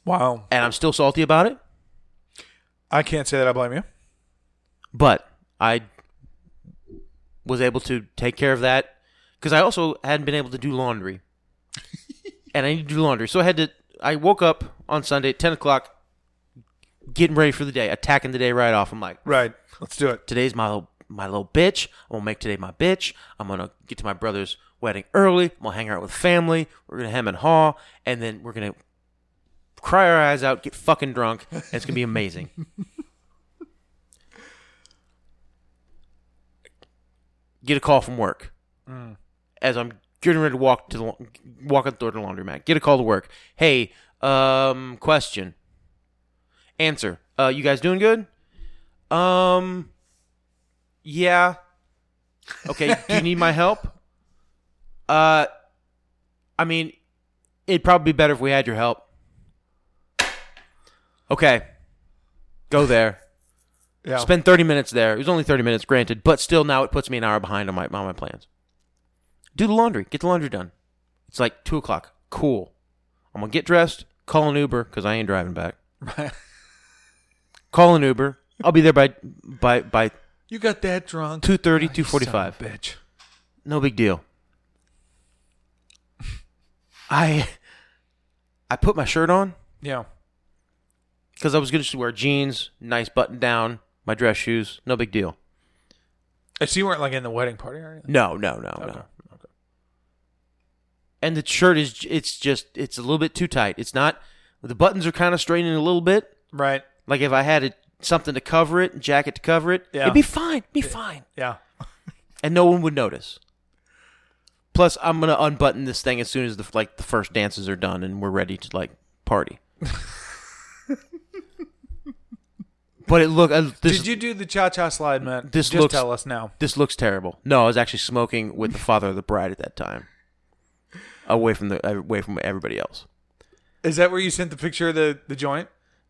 Speaker 3: Wow.
Speaker 2: and I'm still salty about it.
Speaker 3: I can't say that I blame you.
Speaker 2: but I was able to take care of that because I also hadn't been able to do laundry, and I needed to do laundry, so I had to. I woke up on Sunday at ten o'clock, getting ready for the day, attacking the day right off. I'm like,
Speaker 3: Right. Let's do it.
Speaker 2: today's my little, my little bitch. I'm gonna make today my bitch. I'm gonna get to my brother's wedding early. I'm gonna hang out with family. We're gonna hem and haw, and then we're gonna cry our eyes out, get fucking drunk, and it's gonna be amazing. get a call from work as I'm getting ready to walk to the lau- walk out the door to the laundromat. Get a call to work. Hey, um, question. Answer. Uh, you guys doing good? Um, yeah. Okay. do you need my help? Uh, I mean, it'd probably be better if we had your help. Okay. Go there.
Speaker 3: Yeah.
Speaker 2: Spend 30 minutes there. It was only 30 minutes, granted, but still now it puts me an hour behind on my, on my plans. Do the laundry. Get the laundry done. It's like 2 o'clock. Cool. I'm going to get dressed, call an Uber because I ain't driving back. call an Uber. I'll be there by by by
Speaker 3: you got that drunk. Oh,
Speaker 2: 2:30,
Speaker 3: you son of a
Speaker 2: 2:45.
Speaker 3: Bitch.
Speaker 2: no big deal. I I put my shirt on
Speaker 3: Yeah.
Speaker 2: because I was going to just wear jeans, nice button down, my dress shoes, no big deal.
Speaker 3: I see you weren't like in the wedding party or anything.
Speaker 2: No, no, no, no. And the shirt is it's just it's a little bit too tight. It's not the buttons are kind of straining a little bit.
Speaker 3: Right.
Speaker 2: Like if I had it, something to cover it, jacket to cover it,
Speaker 3: Yeah.
Speaker 2: it'd be fine. Be fine.
Speaker 3: Yeah.
Speaker 2: and no one would notice. Plus, I'm gonna unbutton this thing as soon as the like the first dances are done and we're ready to like party. but it look uh, this
Speaker 3: Did you do the cha cha slide, man?
Speaker 2: this
Speaker 3: Just
Speaker 2: looks-
Speaker 3: tell us now.
Speaker 2: this looks terrible. No, I was actually smoking with the father of the bride at that time, away from the uh, away from everybody else.
Speaker 3: Is that where you sent the picture of the, the joint?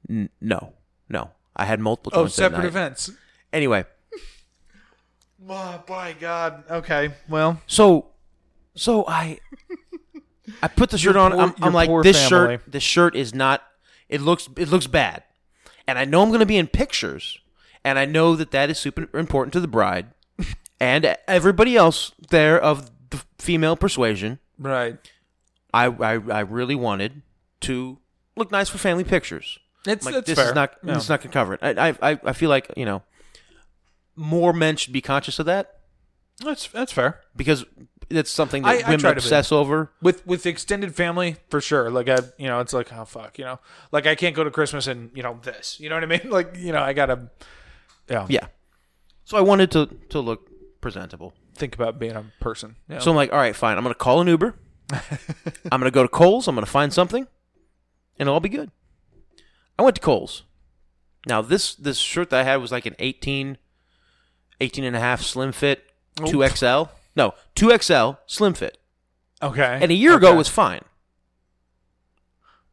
Speaker 2: N- no, no, I had multiple.
Speaker 3: Oh,
Speaker 2: joints that
Speaker 3: separate
Speaker 2: night.
Speaker 3: events.
Speaker 2: Anyway,
Speaker 3: Oh, by God. Okay. Well,
Speaker 2: So, so I, I put the shirt on.
Speaker 3: poor-
Speaker 2: I'm,
Speaker 3: your
Speaker 2: I'm like,
Speaker 3: poor
Speaker 2: this
Speaker 3: family."
Speaker 2: shirt, this shirt is not. It looks, it looks bad, and I know I'm going to be in pictures, and I know that that is super important to the bride and everybody else there of the female persuasion.
Speaker 3: right.
Speaker 2: I, I, I really wanted to look nice for family pictures.
Speaker 3: It's,
Speaker 2: I'm like,
Speaker 3: that's
Speaker 2: this
Speaker 3: fair.
Speaker 2: is not,
Speaker 3: Yeah.
Speaker 2: this is not going to cover it. I, I, I- I feel like you know, more men should be conscious of that
Speaker 3: That's, that's fair.
Speaker 2: because it's something
Speaker 3: I- I
Speaker 2: that women
Speaker 3: try to be.
Speaker 2: obsess over.
Speaker 3: with with extended family for sure like i you know it's like oh fuck you know like i can't go to christmas and you know this you know what i mean like you know i gotta yeah,
Speaker 2: Yeah. So I wanted to to look presentable.
Speaker 3: think about being a person yeah.
Speaker 2: So I'm like, all right, fine. I'm gonna call an Uber. I'm gonna go to Cole's. I'm gonna find something, and it'll all be good. I went to Cole's. Now this this shirt that I had was like an 18, 18 and a half slim fit, two XL. No, two XL slim fit.
Speaker 3: okay
Speaker 2: And a year ago
Speaker 3: Eh, Okay.
Speaker 2: was fine.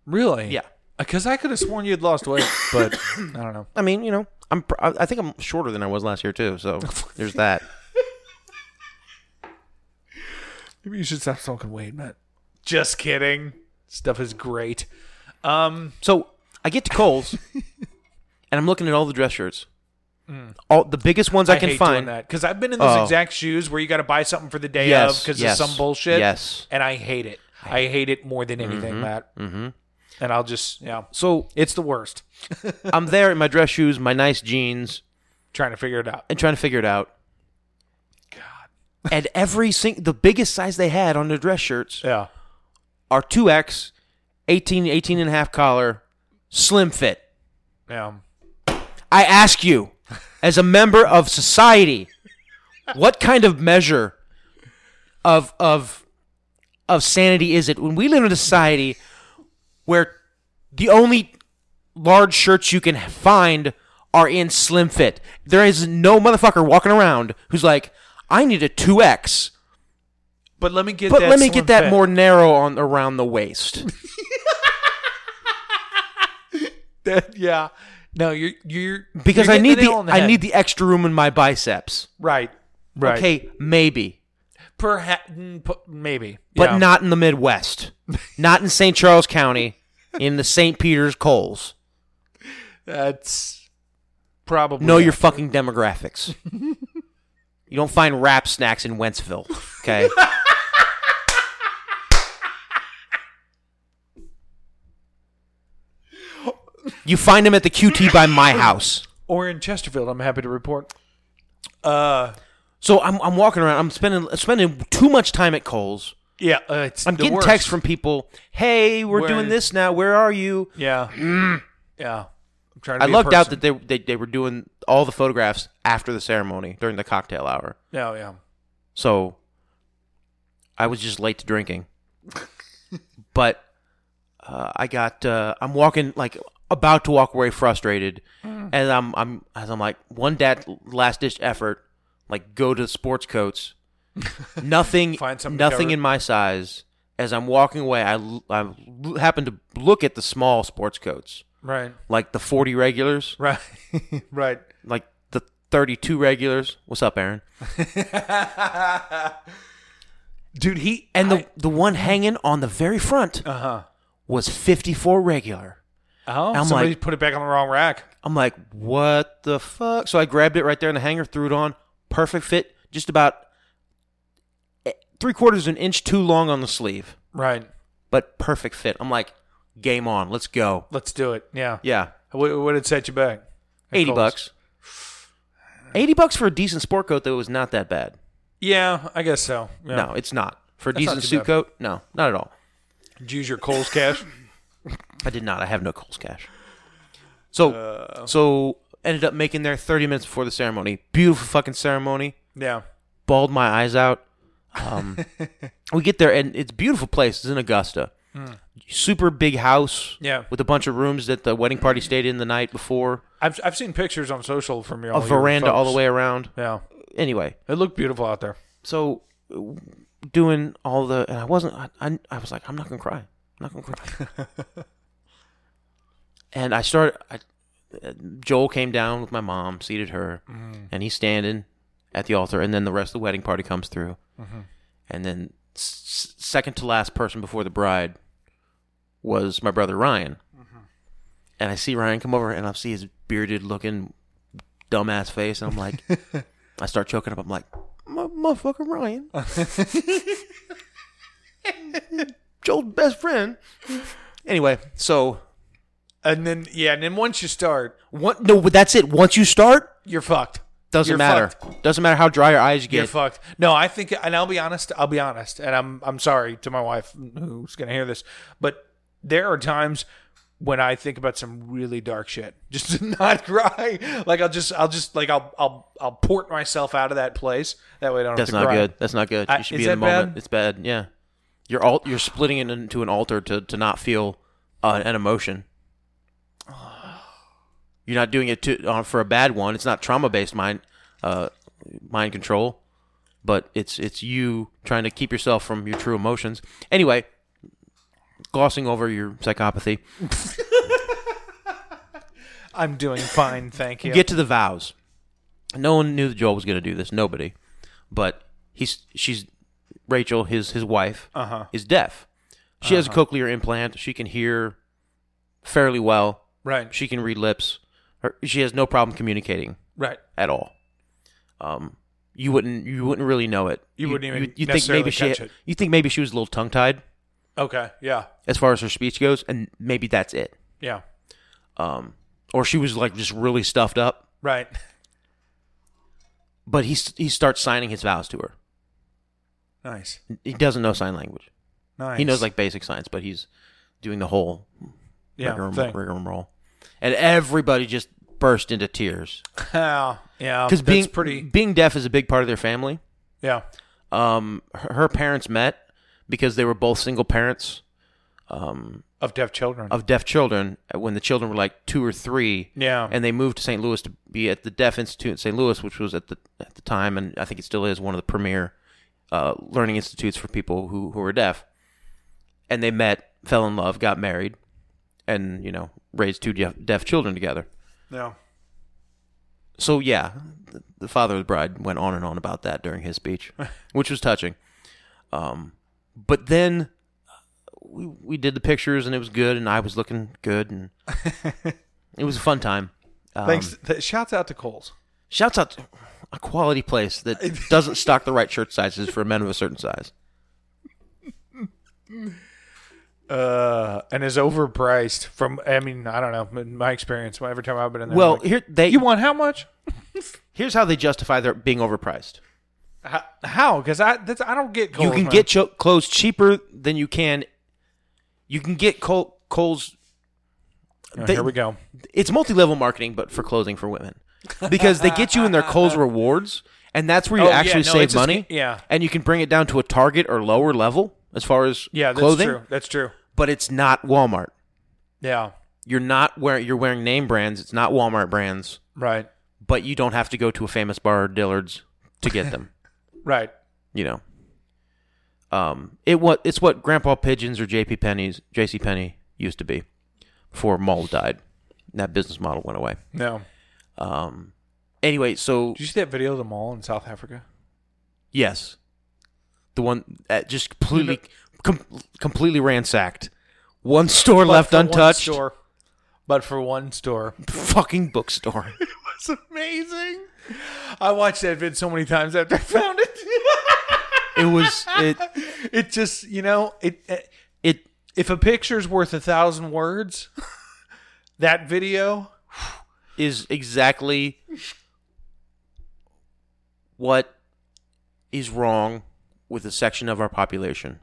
Speaker 3: really
Speaker 2: Yeah.
Speaker 3: because i could have sworn you had lost weight but i don't know
Speaker 2: I mean, you know, I'm pr- I I think I'm shorter than I was last year too. So there's that.
Speaker 3: maybe you should stop smoking weed man just kidding stuff is great um
Speaker 2: So I get to Cole's, and I'm looking at all the dress shirts, all the biggest ones I,
Speaker 3: Mm. I
Speaker 2: can
Speaker 3: hate
Speaker 2: find.
Speaker 3: doing that because I've been in those
Speaker 2: Oh.
Speaker 3: exact shoes where you got to buy something for the day
Speaker 2: Yes,
Speaker 3: of because
Speaker 2: yes,
Speaker 3: of some bullshit.
Speaker 2: yes.
Speaker 3: and I hate it. I hate it more than anything, Matt. Mm-hmm. And I'll just yeah,
Speaker 2: So
Speaker 3: it's the worst.
Speaker 2: I'm there in my dress shoes, my nice jeans,
Speaker 3: Trying to figure it out.
Speaker 2: and trying to figure it out. God. and every sing- the biggest size they had on their dress shirts
Speaker 3: Yeah,
Speaker 2: are 2X, 18, 18 and a half collar, slim fit.
Speaker 3: yeah.
Speaker 2: I ask you, as a member of society, what kind of measure of of of sanity is it when we live in a society where the only large shirts you can find are in slim fit? There is no motherfucker walking around who's like, I need a two X,
Speaker 3: But let me get.
Speaker 2: but
Speaker 3: that
Speaker 2: let me
Speaker 3: slim
Speaker 2: get that
Speaker 3: fit.
Speaker 2: more narrow on around the waist.
Speaker 3: That- yeah. No, you're you're
Speaker 2: Because
Speaker 3: you're
Speaker 2: I
Speaker 3: hitting
Speaker 2: need
Speaker 3: nail
Speaker 2: the
Speaker 3: on
Speaker 2: I
Speaker 3: head.
Speaker 2: need the extra room in my biceps.
Speaker 3: right right
Speaker 2: Okay, maybe.
Speaker 3: perhaps maybe
Speaker 2: but
Speaker 3: Yeah.
Speaker 2: not in the Midwest, not in St. Charles County, in the St. Peter's Coles.
Speaker 3: that's probably
Speaker 2: Know your fucking demographics. you don't find wrap snacks in Wentzville, okay? you find them at the QT by my house.
Speaker 3: or in Chesterfield. I'm happy to report. Uh,
Speaker 2: So I'm, I'm walking around. I'm spending spending too much time at Coles.
Speaker 3: yeah, uh, it's
Speaker 2: I'm
Speaker 3: the
Speaker 2: getting
Speaker 3: worst.
Speaker 2: texts from people. Hey, we're
Speaker 3: Where-
Speaker 2: doing this now. Where are you?
Speaker 3: Yeah. Yeah. I'm trying to
Speaker 2: I
Speaker 3: be
Speaker 2: lucked
Speaker 3: a
Speaker 2: out
Speaker 3: person.
Speaker 2: that they, they they were doing all the photographs after the ceremony during the cocktail hour.
Speaker 3: No, yeah.
Speaker 2: So I was just late to drinking. but uh, I got uh, I'm walking like about to walk away frustrated,
Speaker 3: Mm.
Speaker 2: and I'm I'm as I'm like one dad last ditch effort, like go to sports coats. Nothing,
Speaker 3: Find something to
Speaker 2: nothing
Speaker 3: cover.
Speaker 2: in my size. As I'm walking away, I, l- I l- happen to look at the small sports coats,
Speaker 3: Right.
Speaker 2: like the 40 regulars,
Speaker 3: Right. right.
Speaker 2: like the 32 regulars. What's up, Aaron?
Speaker 3: Dude, he
Speaker 2: And the the one hanging on the very front
Speaker 3: Uh-huh.
Speaker 2: was 54 regular.
Speaker 3: oh,
Speaker 2: I'm
Speaker 3: somebody
Speaker 2: like-
Speaker 3: put it back on the wrong rack.
Speaker 2: I'm like, what the fuck? So I grabbed it right there in the hanger, threw it on. Perfect fit, just about eh, three quarters of an inch too long on the sleeve,
Speaker 3: Right.
Speaker 2: but perfect fit. I'm like, game on, let's go.
Speaker 3: Let's do it. Yeah.
Speaker 2: Yeah,
Speaker 3: What what had set you back? At
Speaker 2: 80
Speaker 3: Kohl's?
Speaker 2: bucks. 80 bucks for a decent sport coat, though, is not that bad.
Speaker 3: Yeah, I guess so. Yeah.
Speaker 2: No, it's not. For a
Speaker 3: That's not
Speaker 2: decent
Speaker 3: too
Speaker 2: suit
Speaker 3: bad.
Speaker 2: coat? No, not at all.
Speaker 3: Did you use your Coles cash?
Speaker 2: I did not. I have no Coles cash. So, so ended up making there 30 minutes before the ceremony. Beautiful fucking ceremony.
Speaker 3: yeah.
Speaker 2: Bawled my eyes out. Um, we get there and it's a beautiful place. It's in Augusta. Super big house.
Speaker 3: Hmm. Yeah.
Speaker 2: With a bunch of rooms that the wedding party stayed in the night before.
Speaker 3: I've I've seen pictures on social from your
Speaker 2: A veranda all the way around.
Speaker 3: Yeah.
Speaker 2: Anyway,
Speaker 3: It looked beautiful out there.
Speaker 2: so w- doing all the and I wasn't I, I, I was like I'm not gonna cry I'm not gonna cry and I started I, uh, Joel came down with my mom seated her and he's standing at the altar and then the rest of the wedding party comes through and then s- s- second to last person before the bride was my brother Ryan and I see Ryan come over and I see his bearded looking dumbass face and I'm like I start choking up I'm like my motherfucker Ryan. Joel's best friend. Anyway, so
Speaker 3: And then yeah, and then once you start,
Speaker 2: what? No, but that's it. Once you start,
Speaker 3: you're fucked.
Speaker 2: doesn't
Speaker 3: You're
Speaker 2: matter.
Speaker 3: fucked.
Speaker 2: Doesn't matter how dry your eyes
Speaker 3: You're
Speaker 2: get.
Speaker 3: fucked. No, I think, and I'll be honest. I'll be honest, and I'm I'm sorry to my wife who's gonna hear this, but there are times when I think about some really dark shit, just to not cry. Like I'll just I'll just like I'll I'll I'll port myself out of that place. That way I don't.
Speaker 2: that's
Speaker 3: have to
Speaker 2: not
Speaker 3: cry.
Speaker 2: good. That's not good.
Speaker 3: I-
Speaker 2: You should
Speaker 3: is
Speaker 2: be in the
Speaker 3: that bad?
Speaker 2: moment. It's bad. Yeah, you're all you're splitting it into an altar to to not feel uh, an emotion. You're not doing it to uh, for a bad one. It's not trauma based mind uh, mind control, but it's it's you trying to keep yourself from your true emotions. Anyway, glossing over your psychopathy.
Speaker 3: I'm doing fine, thank you.
Speaker 2: Get to the vows. No one knew that Joel was going to do this. Nobody, but he's she's Rachel, his his wife,
Speaker 3: Uh-huh.
Speaker 2: is deaf. She has a cochlear implant. She can hear fairly well.
Speaker 3: right,
Speaker 2: She can read lips. Her, she has no problem communicating
Speaker 3: right.
Speaker 2: at all. Um, you wouldn't you wouldn't really know it.
Speaker 3: You wouldn't even
Speaker 2: you think
Speaker 3: necessarily
Speaker 2: maybe she
Speaker 3: catch it.
Speaker 2: you think maybe she was a little tongue tied
Speaker 3: Okay, yeah,
Speaker 2: as far as her speech goes, and maybe that's it.
Speaker 3: yeah,
Speaker 2: Um, or she was like just really stuffed up.
Speaker 3: right.
Speaker 2: but he s- he starts signing his vows to her.
Speaker 3: Nice,
Speaker 2: He doesn't know sign language.
Speaker 3: nice.
Speaker 2: He knows like basic signs, but he's doing the whole
Speaker 3: yeah
Speaker 2: rigmarole,
Speaker 3: thing.
Speaker 2: rigmarole. and everybody just burst into tears
Speaker 3: Oh, yeah, because
Speaker 2: because being
Speaker 3: pretty.
Speaker 2: being deaf is a big part of their family.
Speaker 3: Yeah,
Speaker 2: Um, her, her parents met because they were both single parents
Speaker 3: of deaf children.
Speaker 2: of deaf children when the children were like two or three.
Speaker 3: Yeah.
Speaker 2: and they moved to St. Louis to be at the Deaf Institute in St. Louis, which was at the at the time, and I think it still is one of the premier uh, learning institutes for people who who are deaf. And they met, fell in love, got married, and you know raised two deaf, deaf children together.
Speaker 3: yeah,
Speaker 2: So yeah, the, the father of the bride went on and on about that during his speech, which was touching. Um, but then uh, we we did the pictures and it was good, and I was looking good, and it was a fun time. Um,
Speaker 3: thanks. Th- shouts out to Coles.
Speaker 2: Shouts out to a quality place that doesn't stock the right shirt sizes for men of a certain size.
Speaker 3: uh, and is overpriced. From I mean, I don't know. In my experience, every time I've been in there,
Speaker 2: Well,
Speaker 3: I'm like,
Speaker 2: here they
Speaker 3: you want how much?
Speaker 2: here's how they justify their being overpriced.
Speaker 3: H- How? Because I that's I don't get.
Speaker 2: You
Speaker 3: Kohl's,
Speaker 2: can
Speaker 3: man.
Speaker 2: get cho- clothes cheaper than you can. You can get Col- Kohl's.
Speaker 3: Oh,
Speaker 2: they-
Speaker 3: here we go.
Speaker 2: It's multi-level marketing, but for clothing for women, because they get you in their Kohl's rewards, and that's where you
Speaker 3: Oh, yeah,
Speaker 2: actually
Speaker 3: no,
Speaker 2: save
Speaker 3: it's a
Speaker 2: money.
Speaker 3: sca- yeah.
Speaker 2: and you can bring it down to a Target or lower level as far as
Speaker 3: Yeah, that's
Speaker 2: clothing,
Speaker 3: true. That's true.
Speaker 2: but it's not Walmart.
Speaker 3: Yeah,
Speaker 2: You're not wearing you're wearing name brands. It's not Walmart brands,
Speaker 3: Right.
Speaker 2: but you don't have to go to a famous bar or Dillard's to get them.
Speaker 3: Right.
Speaker 2: you know. Um, it what it's what Grandpa Pigeons or J.P. Penney's J.C. Penney used to be before Malls died. That business model went away.
Speaker 3: No.
Speaker 2: Um, anyway, so
Speaker 3: Did you see that video of the mall in South Africa?
Speaker 2: yes, the one that just completely com- completely ransacked, one store left untouched,
Speaker 3: But for one store.
Speaker 2: fucking bookstore.
Speaker 3: It's amazing. I watched that vid so many times after I found it.
Speaker 2: it was it
Speaker 3: it just, you know, it, it
Speaker 2: it
Speaker 3: if a picture's worth a thousand words, that video.
Speaker 2: is exactly what is wrong with a section of our population.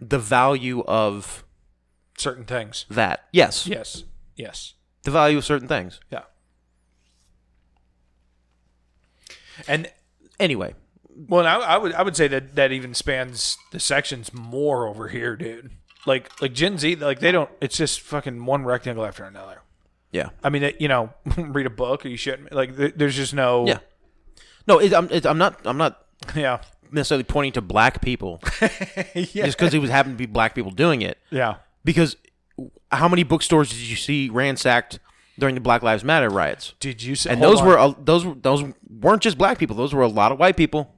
Speaker 2: The value of
Speaker 3: Certain things.
Speaker 2: that. Yes.
Speaker 3: Yes. Yes.
Speaker 2: The value of certain things.
Speaker 3: Yeah. And
Speaker 2: Anyway,
Speaker 3: Well, and I, I would I would say that that even spans the sections more over here, dude. Like like Gen Z, like they don't. It's just fucking one rectangle after another.
Speaker 2: yeah.
Speaker 3: I mean, it, you know, read a book or you shouldn't. Like th- there's just no.
Speaker 2: Yeah. No, it, I'm, it, I'm not I'm not
Speaker 3: Yeah.
Speaker 2: necessarily pointing to black people just because it was happened to be black people doing it.
Speaker 3: Yeah.
Speaker 2: Because how many bookstores did you see ransacked during the Black Lives Matter riots?
Speaker 3: Did you see?
Speaker 2: and
Speaker 3: hold
Speaker 2: those
Speaker 3: on.
Speaker 2: were a, those were- those weren't just black people. Those were a lot of white people.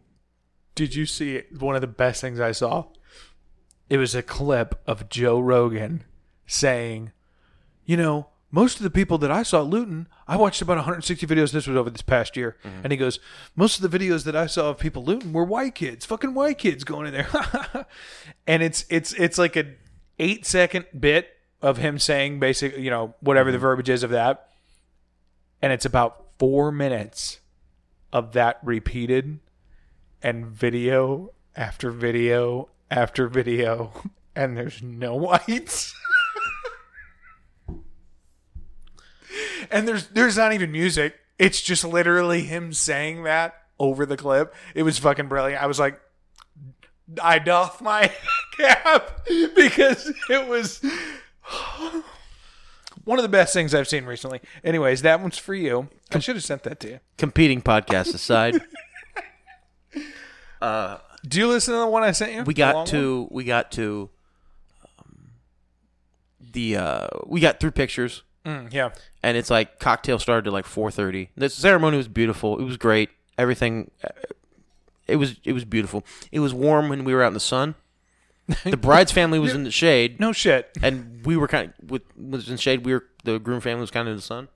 Speaker 3: Did you see one of the best things I saw? It was a clip of Joe Rogan saying, "You know, most of the people that I saw looting, I watched about 160 videos. This was over this past year." And he goes, "Most of the videos that I saw of people looting were white kids, fucking white kids going in there." and it's it's it's like a eight second bit of him saying basic, you know, whatever the verbiage is of that, and it's about four minutes of that repeated and video after video after video, and there's no whites. and there's there's not even music. It's just literally him saying that over the clip. It was fucking brilliant. I was like, I doff my cap because it was one of the best things I've seen recently. Anyways, that one's for you. I should have sent that to you.
Speaker 2: Competing podcasts aside,
Speaker 3: Do you listen to the one I sent you?
Speaker 2: we
Speaker 3: The long
Speaker 2: got
Speaker 3: one?
Speaker 2: to we got to um, the uh, we got through pictures,
Speaker 3: Mm, yeah.
Speaker 2: and it's like cocktail started at like four thirty. The ceremony was beautiful. It was great. Everything. uh, It was it was beautiful. It was warm when we were out in the sun. The bride's family was in the shade,
Speaker 3: No shit.
Speaker 2: and we were kind of with was in shade. We were the groom family was kind of in the sun.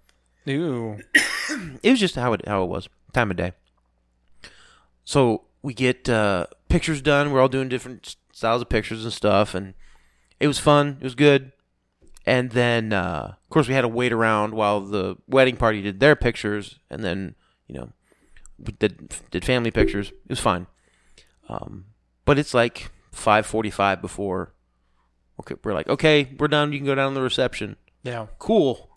Speaker 3: Ew.
Speaker 2: it was just how it how it was time of day. So we get uh, pictures done. We're all doing different s- styles of pictures and stuff, and it was fun. It was good. And then, uh, of course, we had to wait around while the wedding party did their pictures, and then you know we did did family pictures. It was fine. Um, but it's like five forty five before. Okay, we're like, okay, we're done. You can go down to the reception
Speaker 3: Yeah.
Speaker 2: cool.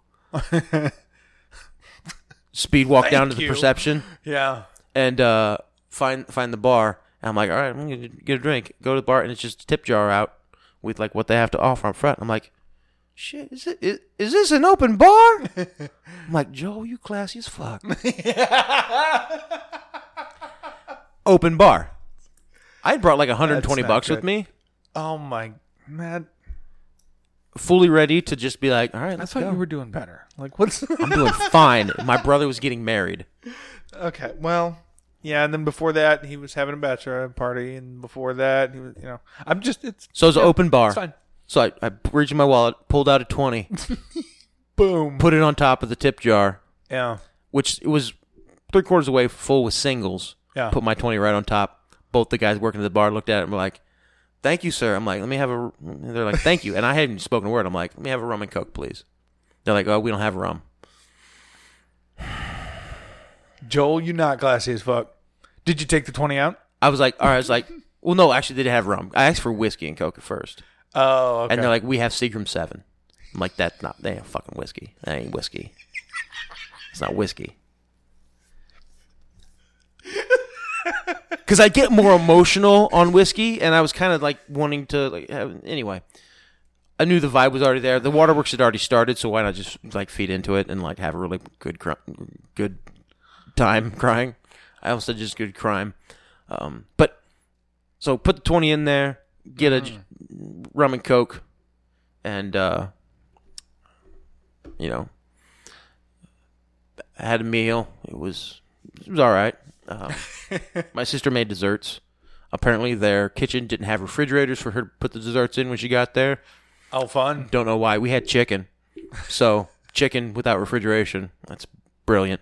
Speaker 2: Speed walk down to the
Speaker 3: you.
Speaker 2: perception
Speaker 3: Yeah.
Speaker 2: and uh, find find the bar. And I'm like, all right, I'm gonna get a drink. Go to the bar, and it's just a tip jar out with like what they have to offer up front. I'm like, shit, is it is, is this an open bar? I'm like, Joe, you classy as fuck. open bar. I had brought like 120
Speaker 3: not
Speaker 2: bucks with
Speaker 3: good.
Speaker 2: me,
Speaker 3: Oh my man.
Speaker 2: fully ready to just be like, all right,
Speaker 3: I
Speaker 2: let's
Speaker 3: thought
Speaker 2: go.
Speaker 3: you were doing better. Like what's
Speaker 2: I'm doing fine. My brother was getting married.
Speaker 3: Okay. Well, yeah, and then before that he was having a bachelor party and before that he was you know I'm just it's
Speaker 2: So it's an open bar.
Speaker 3: it's fine.
Speaker 2: So I, I reached in my wallet, pulled out a 20,
Speaker 3: Boom.
Speaker 2: put it on top of the tip jar,
Speaker 3: Yeah.
Speaker 2: which it was three quarters away full with singles.
Speaker 3: Yeah.
Speaker 2: Put my 20 right on top. Both the guys working at the bar looked at it and were like, thank you, sir. I'm like, let me have a, and they're like, thank you. And I hadn't even spoken a word. I'm like, let me have a rum and coke, please. They're like, oh, we don't have rum.
Speaker 3: Joel, you not classy as fuck. Did you take the twenty out?
Speaker 2: I was like, all right, I was like, well, no, actually, they did have rum. I asked for whiskey and coke at first.
Speaker 3: Oh okay.
Speaker 2: And they're like, we have Seagram 7. I'm like, that's not, they ain't fucking whiskey. That ain't whiskey. It's not whiskey. Because I get more emotional on whiskey, and I was kind of like wanting to, like, have, anyway. I knew the vibe was already there. The waterworks had already started, so why not just like feed into it and like have a really good cr- good time crying. I almost said just good crime, um, but so put the twenty in there, get a j- rum and coke, and uh, you know, I had a meal. It was it was all right. Um, my sister made desserts. Apparently, their kitchen didn't have refrigerators for her to put the desserts in when she got there.
Speaker 3: Oh, fun.
Speaker 2: Don't know why. We had chicken. So, chicken without refrigeration. That's brilliant.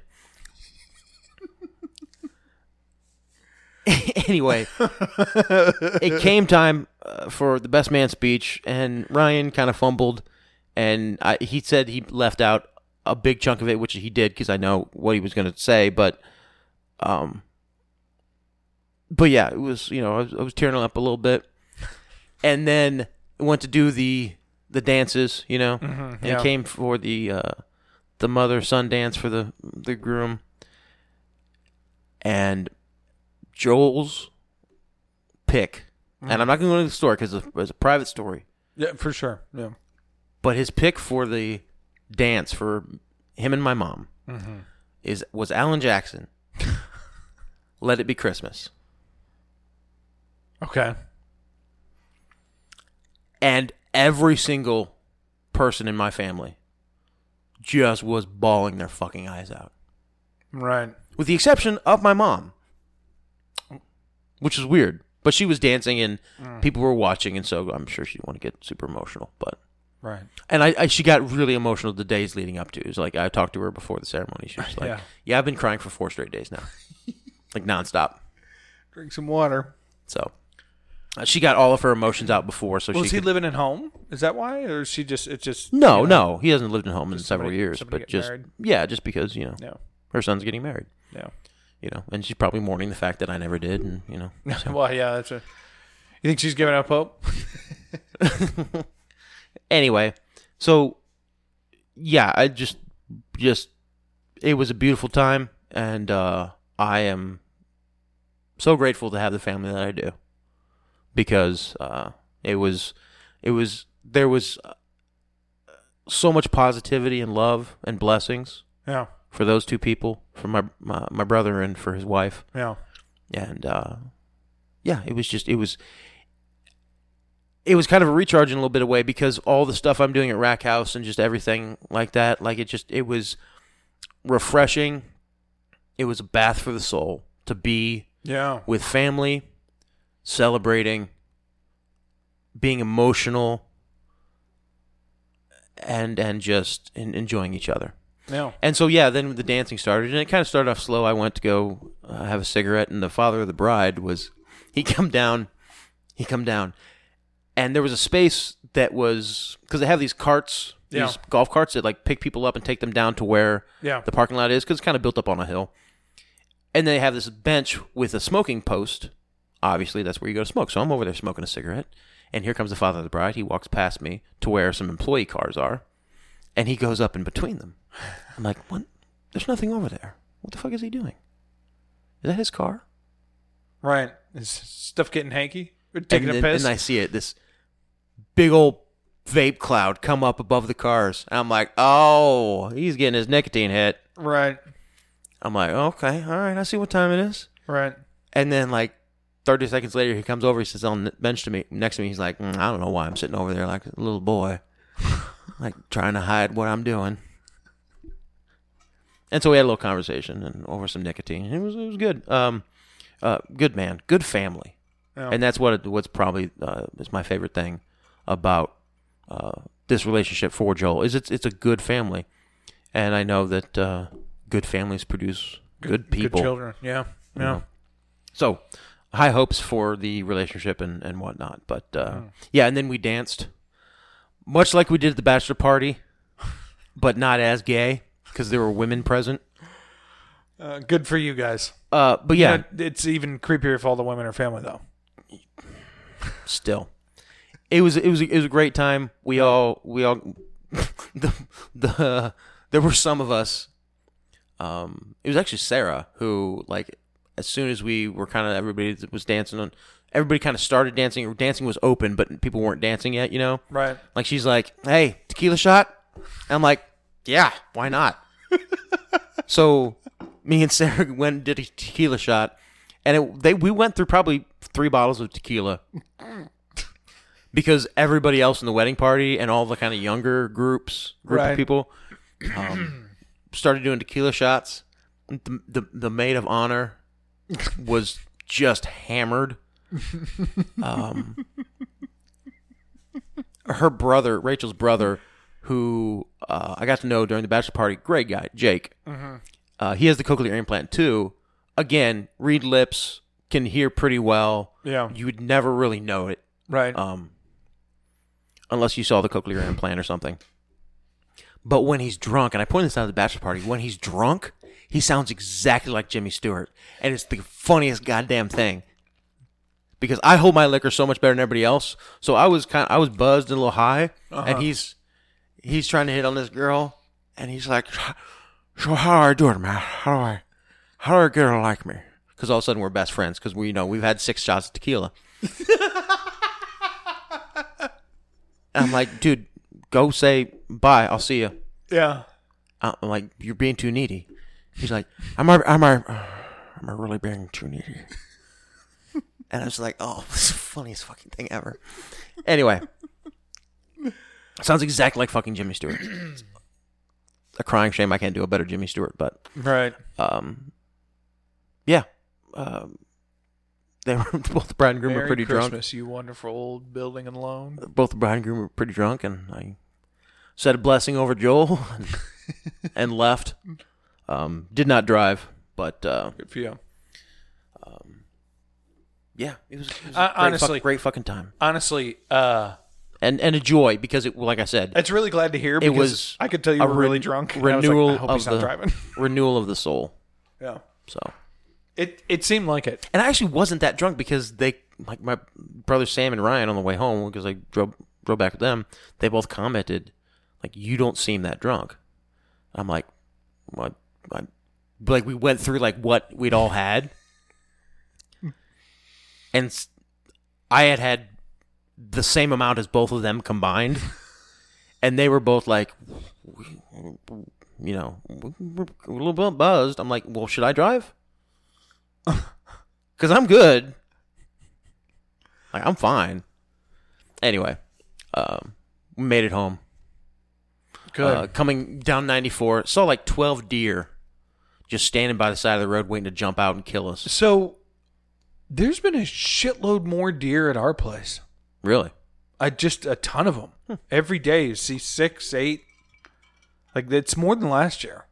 Speaker 2: anyway, it came time uh, for the best man speech, and Ryan kind of fumbled, and I, he said he left out a big chunk of it, which he did because I know what he was going to say, but um, but yeah, it was you know I was, I was tearing up a little bit, and then went to do the the dances, you know, and
Speaker 3: Mm-hmm, yeah.
Speaker 2: came for the uh, the mother son dance for the the groom, and Joel's pick, and I'm not going to go into the story because it's, a- it's a private story,
Speaker 3: Yeah, for sure. Yeah.
Speaker 2: but his pick for the dance for him and my mom is was Alan Jackson. Let it be Christmas.
Speaker 3: Okay.
Speaker 2: and every single person in my family just was bawling their fucking eyes out
Speaker 3: Right.
Speaker 2: with the exception of my mom which is weird but she was dancing and
Speaker 3: Mm.
Speaker 2: people were watching and so i'm sure she didn't want to get super emotional but
Speaker 3: Right.
Speaker 2: and I, I she got really emotional the days leading up to it was like i talked to her before the ceremony she was like yeah,
Speaker 3: Yeah.
Speaker 2: i've been crying for four straight days now like nonstop
Speaker 3: Drink some water.
Speaker 2: so uh, she got all of her emotions out before so
Speaker 3: Was
Speaker 2: she
Speaker 3: he
Speaker 2: could-
Speaker 3: living at home? Is that why, or is she just? It's just
Speaker 2: No,
Speaker 3: you know,
Speaker 2: no, he hasn't lived in home in several
Speaker 3: somebody-
Speaker 2: years,
Speaker 3: somebody
Speaker 2: but
Speaker 3: get
Speaker 2: just
Speaker 3: married?
Speaker 2: yeah, just because you know
Speaker 3: No.
Speaker 2: her son's getting married,
Speaker 3: No.
Speaker 2: you know, and she's probably mourning the fact that I never did, and you know,
Speaker 3: well, yeah. That's a. You think she's giving up hope?
Speaker 2: anyway, so yeah, I just just it was a beautiful time, and uh, I am so grateful to have the family that I do because uh, it was it was there was uh, so much positivity and love and blessings
Speaker 3: Yeah.
Speaker 2: for those two people, for my my, my brother and for his wife,
Speaker 3: Yeah.
Speaker 2: and uh, yeah, it was just it was it was kind of a recharge in a little bit of way because all the stuff I'm doing at Rack House and just everything like that, like it just it was refreshing. It was a bath for the soul to be
Speaker 3: Yeah.
Speaker 2: with family, celebrating, being emotional, and and just en- enjoying each other.
Speaker 3: Yeah.
Speaker 2: And so yeah, then the dancing started, and it kind of started off slow. I went to go uh, have a cigarette, and the father of the bride was he come down, he come down, and there was a space that was because they have these carts,
Speaker 3: Yeah.
Speaker 2: these golf carts that like pick people up and take them down to where
Speaker 3: Yeah.
Speaker 2: the parking lot is because it's kind of built up on a hill, and they have this bench with a smoking post. Obviously, that's where you go to smoke. So I'm over there smoking a cigarette, and here comes the father of the bride. He walks past me to where some employee cars are, and he goes up in between them. I'm like, what? There's nothing over there. What the fuck is he doing? Is that his car?
Speaker 3: Right. Is stuff getting hanky? Or taking
Speaker 2: and,
Speaker 3: a
Speaker 2: then-
Speaker 3: piss?
Speaker 2: and I see it, this big old vape cloud come up above the cars. And I'm like, oh, he's getting his nicotine hit.
Speaker 3: Right.
Speaker 2: I'm like, okay, all right, I see what time it is.
Speaker 3: Right.
Speaker 2: And then like 30 seconds later, he comes over. He sits on the bench to me, next to me. He's like, "Mm, I don't know why I'm sitting over there like a little boy, like trying to hide what I'm doing. And so we had a little conversation and over some nicotine. It was it was good. Um, uh, good man, good family,
Speaker 3: Yeah.
Speaker 2: and that's what it, what's probably uh, is my favorite thing about uh, this relationship for Joel is it's it's a good family, and I know that uh, good families produce good, people.
Speaker 3: Good children. Yeah.
Speaker 2: you know.
Speaker 3: Yeah.
Speaker 2: So high hopes for the relationship and, and whatnot. But uh, yeah, and then we danced, much like we did at the bachelor party, but not as gay because there were women present.
Speaker 3: Uh, good for you guys.
Speaker 2: Uh, but yeah,
Speaker 3: But it's even creepier if all the women are family though.
Speaker 2: still, it was it was it was a great time. We all we all the the there were some of us. Um, it was actually Sarah who like as soon as we were kind of everybody was dancing on everybody kind of started dancing. Dancing was open, but people weren't dancing yet. You know,
Speaker 3: Right.
Speaker 2: Like she's like, "Hey, tequila shot." I'm like, "Yeah, why not?" so me and Sarah went and did a tequila shot, and it, they we went through probably three bottles of tequila because everybody else in the wedding party and all the kind of younger groups group
Speaker 3: Right.
Speaker 2: of people um, started doing tequila shots. The, the the maid of honor was just hammered. Um, her brother, Rachel's brother, who uh, I got to know during the bachelor party, great guy, Jake. Uh, he has the cochlear implant too. Again, read lips, can hear pretty well.
Speaker 3: Yeah.
Speaker 2: you would never really know it
Speaker 3: Right.
Speaker 2: um, unless you saw the cochlear implant or something. But when he's drunk, and I pointed this out at the bachelor party, when he's drunk, he sounds exactly like Jimmy Stewart, and it's the funniest goddamn thing. Because I hold my liquor so much better than everybody else, so I was kind, I was buzzed and a little high, and he's he's trying to hit on this girl, and he's like, "So how do I do it, man? How do I, how do I get her to like me?" Because all of a sudden we're best friends because we you know we've had six shots of tequila. And I'm like, dude, go say bye. I'll see you.
Speaker 3: yeah.
Speaker 2: I'm like, you're being too needy. He's like, am I, am I, am I really being too needy? And I was like, oh, this is the funniest fucking thing ever. Anyway, sounds exactly like fucking Jimmy Stewart. It's a crying shame I can't do a better Jimmy Stewart, but
Speaker 3: Right.
Speaker 2: um, yeah, um, they were both the bride and groom were
Speaker 3: Merry
Speaker 2: pretty
Speaker 3: Christmas,
Speaker 2: drunk.
Speaker 3: you wonderful old building and loan.
Speaker 2: both the bride and groom were pretty drunk, and I said a blessing over Joel and, and left. Um, did not drive, but uh,
Speaker 3: Good for you.
Speaker 2: yeah, it was, it was a
Speaker 3: Uh,
Speaker 2: great fuck-
Speaker 3: honestly-
Speaker 2: great fucking time
Speaker 3: Honestly, uh,
Speaker 2: and and a joy because it, like I said,
Speaker 3: it's really glad to hear.
Speaker 2: it
Speaker 3: Because
Speaker 2: was
Speaker 3: I could tell you
Speaker 2: a
Speaker 3: were really
Speaker 2: ren-
Speaker 3: drunk. and I was like,
Speaker 2: renewal
Speaker 3: I, hope
Speaker 2: of
Speaker 3: he's
Speaker 2: the
Speaker 3: not driving.
Speaker 2: renewal of the soul.
Speaker 3: yeah.
Speaker 2: So,
Speaker 3: It it seemed like it.
Speaker 2: and I actually wasn't that drunk because they like my brother Sam and Ryan on the way home because I drove drove back with them. They both commented like, "You don't seem that drunk." I'm like, "What?" I, like we went through like what we'd all had, and s- I had had the same amount as both of them combined, and they were both like, you know, we're a little bit buzzed. I'm like, well, should I drive? Because I'm good. Like, I'm fine. Anyway, um, we made it home.
Speaker 3: Good.
Speaker 2: Uh, coming down 94, saw like 12 deer just standing by the side of the road waiting to jump out and kill us.
Speaker 3: so there's been a shitload more deer at our place.
Speaker 2: Really?
Speaker 3: I just a ton of them every day. You see six, eight. Like it's more than last year.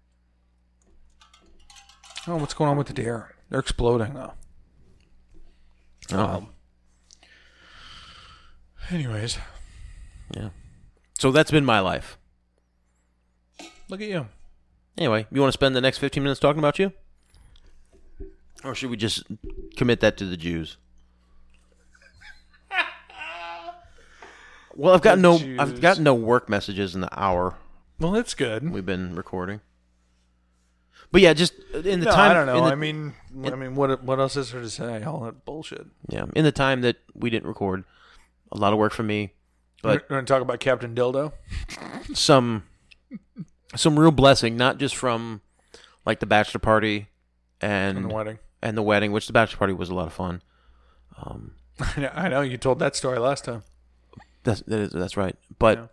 Speaker 3: Oh, what's going on with the deer? They're exploding though.
Speaker 2: Um,
Speaker 3: Anyways,
Speaker 2: yeah. So that's been my life.
Speaker 3: look at you.
Speaker 2: Anyway, you want to spend the next 15 minutes talking about you? Or should we just commit that to the Jews? Well, I've got no I've got no work messages in the hour
Speaker 3: Well, that's good.
Speaker 2: we've been recording. But yeah, just in the
Speaker 3: No,
Speaker 2: time
Speaker 3: I don't know.
Speaker 2: in the-
Speaker 3: I mean, I mean, what what else is there to say? All that bullshit.
Speaker 2: yeah, in the time that we didn't record, a lot of work for me, but
Speaker 3: We're going to talk about Captain Dildo.
Speaker 2: some some real blessing, not just from like the bachelor party and
Speaker 3: in the wedding.
Speaker 2: and the wedding, which the bachelor party was a lot of fun.
Speaker 3: I know, I know you told that story last time.
Speaker 2: That's that is, that's right. But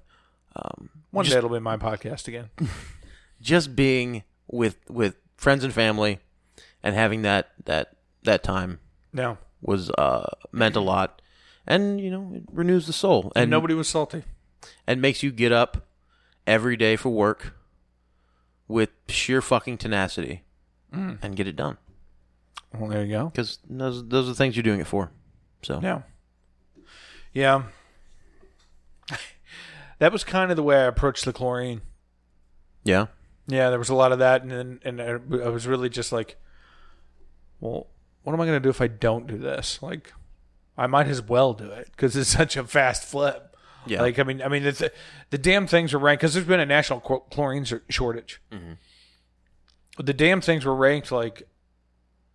Speaker 3: Yeah. One day it'll be my podcast again.
Speaker 2: just being with with friends and family and having that that that time
Speaker 3: No,
Speaker 2: was uh meant a lot. And you know, it renews the soul and
Speaker 3: Mm-hmm. nobody was salty.
Speaker 2: and makes you get up every day for work with sheer fucking tenacity
Speaker 3: Mm.
Speaker 2: and get it done
Speaker 3: Well, there you go.
Speaker 2: cuz those those are the things you're doing it for. So,
Speaker 3: Yeah, yeah. that was kind of the way I approached the chlorine.
Speaker 2: yeah.
Speaker 3: Yeah, there was a lot of that, and then and I I was really just like, well, what am I going to do if I don't do this? Like, I might as well do it because it's such a fast flip.
Speaker 2: Yeah.
Speaker 3: Like, I mean, I mean, the, the damn things were ranked because there's been a national chlor- chlorine shor- shortage.
Speaker 2: Mm-hmm.
Speaker 3: The damn things were ranked like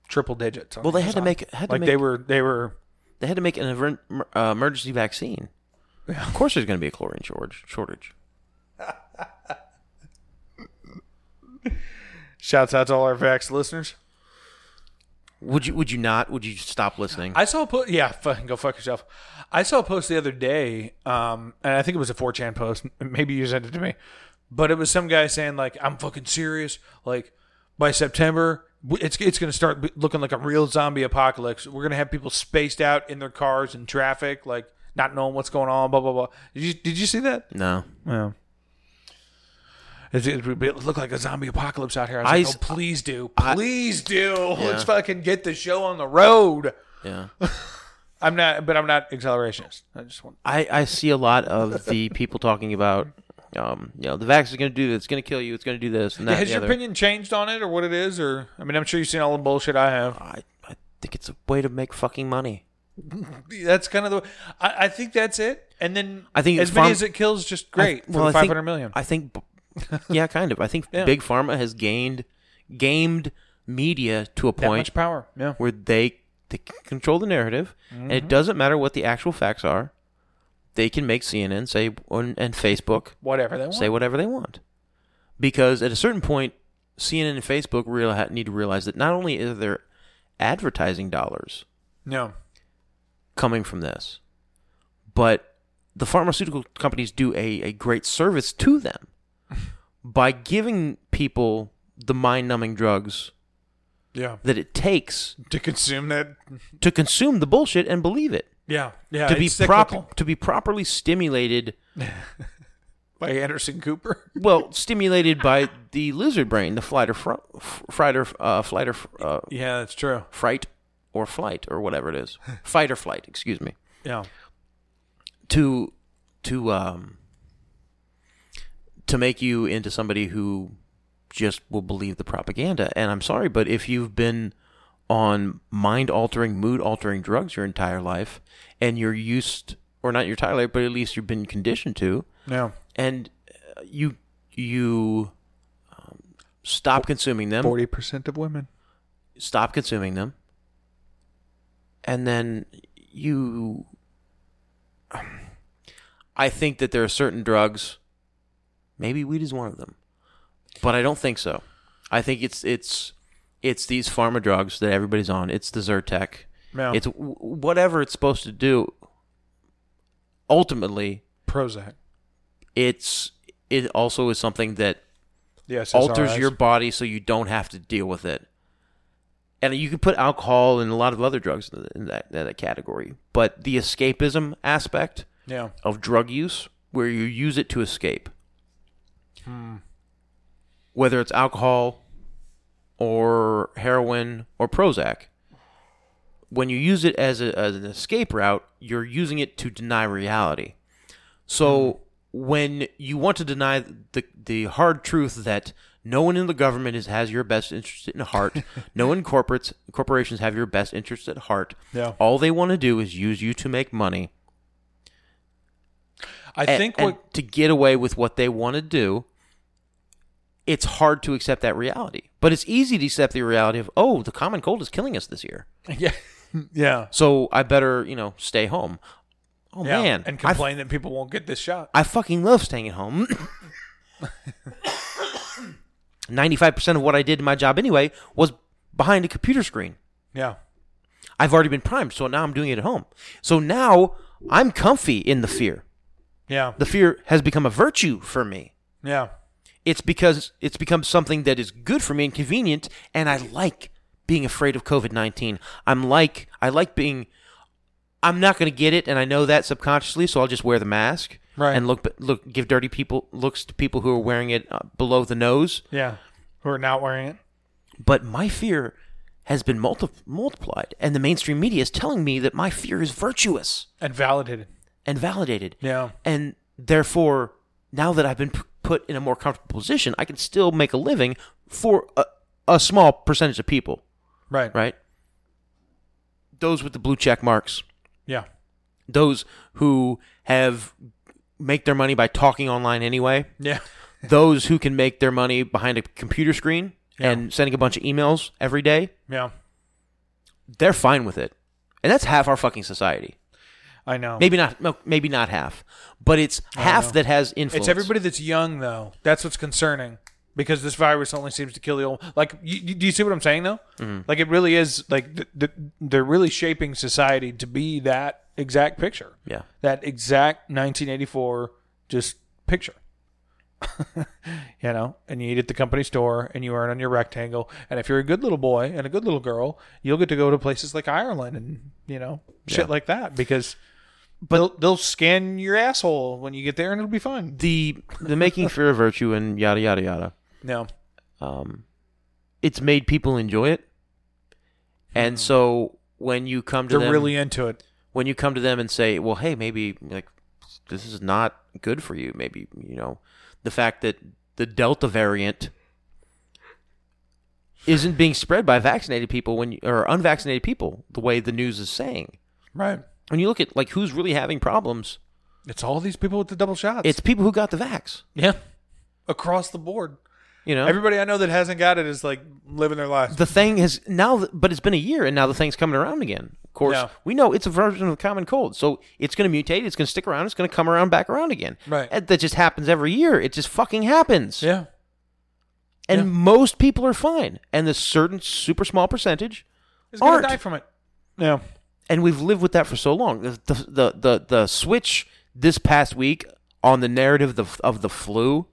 Speaker 3: triple digits. on
Speaker 2: Well, they had to
Speaker 3: Amazon.
Speaker 2: make- had to
Speaker 3: like
Speaker 2: make-
Speaker 3: they were they were
Speaker 2: They had to make an ever- uh, emergency vaccine. Of course, there's going to be a chlorine shortage. Shortage.
Speaker 3: Shouts out to all our Vax listeners.
Speaker 2: Would you? Would you not? Would you stop listening?
Speaker 3: I saw a post. Yeah, fucking go fuck yourself. I saw a post the other day, um, and I think it was a 4chan post. M- Maybe you sent it to me, but it was some guy saying like, "I'm fucking serious. Like, by September, w- it's it's gonna start b- looking like a real zombie apocalypse. We're gonna have people spaced out in their cars in traffic, like not knowing what's going on. Blah blah blah. Did you did you see that?
Speaker 2: no.
Speaker 3: Yeah. It's, it would be- it looked like a zombie apocalypse out here. I was
Speaker 2: I
Speaker 3: like,
Speaker 2: s-
Speaker 3: oh, please do. Please do. Let's fucking get the show on the road.
Speaker 2: Yeah.
Speaker 3: I'm not, but I'm not accelerationist. I just want.
Speaker 2: I, I see a lot of the people talking about, um, you know, the vaccine is going to do this, it's going to kill you, it's going to do this, and that. and
Speaker 3: Has
Speaker 2: the
Speaker 3: your
Speaker 2: other.
Speaker 3: opinion changed on it, or what it is, or I mean, I'm sure you've seen all the bullshit I have.
Speaker 2: I, I think it's a way to make fucking money.
Speaker 3: That's kind of the. I, I think that's it. And then
Speaker 2: I think
Speaker 3: as
Speaker 2: it's
Speaker 3: many
Speaker 2: farm-
Speaker 3: as it kills, just great
Speaker 2: I, well,
Speaker 3: for
Speaker 2: I
Speaker 3: the
Speaker 2: think-
Speaker 3: 500 million.
Speaker 2: I think, yeah, kind of. I think big pharma has gained, gamed media to a
Speaker 3: that
Speaker 2: point
Speaker 3: much power. Yeah.
Speaker 2: where they they c- control the narrative, and
Speaker 3: Mm-hmm.
Speaker 2: it doesn't matter what the actual facts are. They can make CNN say on and Facebook
Speaker 3: Whatever they want.
Speaker 2: say whatever they want. Because at a certain point, CNN and Facebook real, ha- need to realize that not only is there advertising dollars
Speaker 3: no.
Speaker 2: coming from this, but the pharmaceutical companies do a, a great service to them by giving people the mind numbing drugs
Speaker 3: Yeah.
Speaker 2: that it takes
Speaker 3: To consume that.
Speaker 2: to consume the bullshit and believe it.
Speaker 3: Yeah. Yeah.
Speaker 2: to be
Speaker 3: it's cyclical.
Speaker 2: prop- to be properly stimulated
Speaker 3: by Anderson Cooper.
Speaker 2: well stimulated by the lizard brain the flight or fr- f- fright or uh, flight or f- uh,
Speaker 3: Yeah, that's true.
Speaker 2: fright or flight or whatever it is fight or flight excuse me
Speaker 3: Yeah.
Speaker 2: to to um to make you into somebody who just will believe the propaganda and i'm sorry but if you've been on mind altering mood altering drugs your entire life and you're used or not your entire life but at least you've been conditioned to
Speaker 3: No.
Speaker 2: and uh, you you um, stop consuming them
Speaker 3: Forty percent of women.
Speaker 2: stop consuming them and then you i think that there are certain drugs maybe weed is one of them but i don't think so i think it's it's it's these pharma drugs that everybody's on it's the zyrtec
Speaker 3: Yeah.
Speaker 2: it's w- whatever it's supposed to do ultimately
Speaker 3: Prozac.
Speaker 2: it's it also is something that
Speaker 3: Yes.
Speaker 2: alters your body so you don't have to deal with it. And you can put alcohol and a lot of other drugs in that, in that, in that category. But the escapism aspect
Speaker 3: Yeah.
Speaker 2: of drug use, where you use it to escape, whether it's alcohol or heroin or Prozac, when you use it as, a, as an escape route, you're using it to deny reality. So when you want to deny the the hard truth that no one in the government is, has your best interest in heart, no one corporates corporations have your best interest at heart.
Speaker 3: Yeah.
Speaker 2: All they want to do is use you to make money.
Speaker 3: I
Speaker 2: and-
Speaker 3: think
Speaker 2: and
Speaker 3: what
Speaker 2: to get away with what they want to do, it's hard to accept that reality. But it's easy to accept the reality of oh, the common cold is killing us this year,
Speaker 3: Yeah. Yeah.
Speaker 2: so I better you know stay home. Oh
Speaker 3: yeah.
Speaker 2: man,
Speaker 3: And
Speaker 2: I
Speaker 3: complain that people won't get this shot.
Speaker 2: I fucking love staying at home. 95% of what I did in my job anyway was behind a computer screen.
Speaker 3: Yeah.
Speaker 2: I've already been primed, so now I'm doing it at home. So now I'm comfy in the fear.
Speaker 3: Yeah.
Speaker 2: The fear has become a virtue for me.
Speaker 3: Yeah.
Speaker 2: It's because it's become something that is good for me and convenient, and I like being afraid of COVID nineteen. I'm like I like being. I'm not going to get it, and I know that subconsciously, so I'll just wear the mask
Speaker 3: Right.
Speaker 2: and look look give dirty people looks to people who are wearing it uh, below the nose.
Speaker 3: Yeah. Who are not wearing it.
Speaker 2: But my fear has been multi- multiplied, and the mainstream media is telling me that my fear is virtuous
Speaker 3: And validated.
Speaker 2: and validated.
Speaker 3: Yeah.
Speaker 2: And therefore, now that I've been p- put in a more comfortable position, I can still make a living for a, a small percentage of people,
Speaker 3: Right.
Speaker 2: right? Those with the blue check marks,
Speaker 3: Yeah.
Speaker 2: those who have make their money by talking online anyway,
Speaker 3: Yeah.
Speaker 2: those who can make their money behind a computer screen
Speaker 3: Yeah.
Speaker 2: and sending a bunch of emails every day,
Speaker 3: Yeah.
Speaker 2: they're fine with it. and that's half our fucking society.
Speaker 3: I know.
Speaker 2: Maybe not. no, Maybe not half, but it's half that has influence.
Speaker 3: It's everybody that's young though. That's what's concerning because this virus only seems to kill the old. Like, you, you- do you see what I'm saying though?
Speaker 2: Mm-hmm.
Speaker 3: Like, it really is like th- th- they're really shaping society to be that exact picture.
Speaker 2: Yeah.
Speaker 3: that exact 1984 just picture. you know, and you eat at the company store and you earn on your rectangle. And if you're a good little boy and a good little girl, you'll get to go to places like Ireland and, you know, shit like that because they'll, they'll scan your asshole when you get there and it'll be fun.
Speaker 2: the the making fear a virtue and yada yada yada.
Speaker 3: No.
Speaker 2: um, it's made people enjoy it, and so when you come to
Speaker 3: They're
Speaker 2: them,
Speaker 3: really into it.
Speaker 2: when you come to them and say, "Well, hey, maybe like this is not good for you. Maybe you know the fact that the Delta variant isn't being spread by vaccinated people when you, or unvaccinated people the way the news is saying."
Speaker 3: Right.
Speaker 2: When you look at like who's really having problems,
Speaker 3: It's all these people with the double shots.
Speaker 2: it's people who got the vax.
Speaker 3: yeah. Across the board.
Speaker 2: You know,
Speaker 3: Everybody I know that hasn't got it is like living their lives.
Speaker 2: the thing has now, but it's been a year, and now the thing's coming around again. Of course,
Speaker 3: Yeah.
Speaker 2: we know it's a version of the common cold, so it's going to mutate. It's going to stick around. It's going to come around back around again.
Speaker 3: Right.
Speaker 2: And that just happens every year. It just fucking happens.
Speaker 3: Yeah.
Speaker 2: And
Speaker 3: yeah.
Speaker 2: most people are fine, and the certain super small percentage
Speaker 3: Is going
Speaker 2: Art.
Speaker 3: to die from it. Yeah.
Speaker 2: and we've lived with that for so long. The the the the, the switch this past week on the narrative of the, of the flu.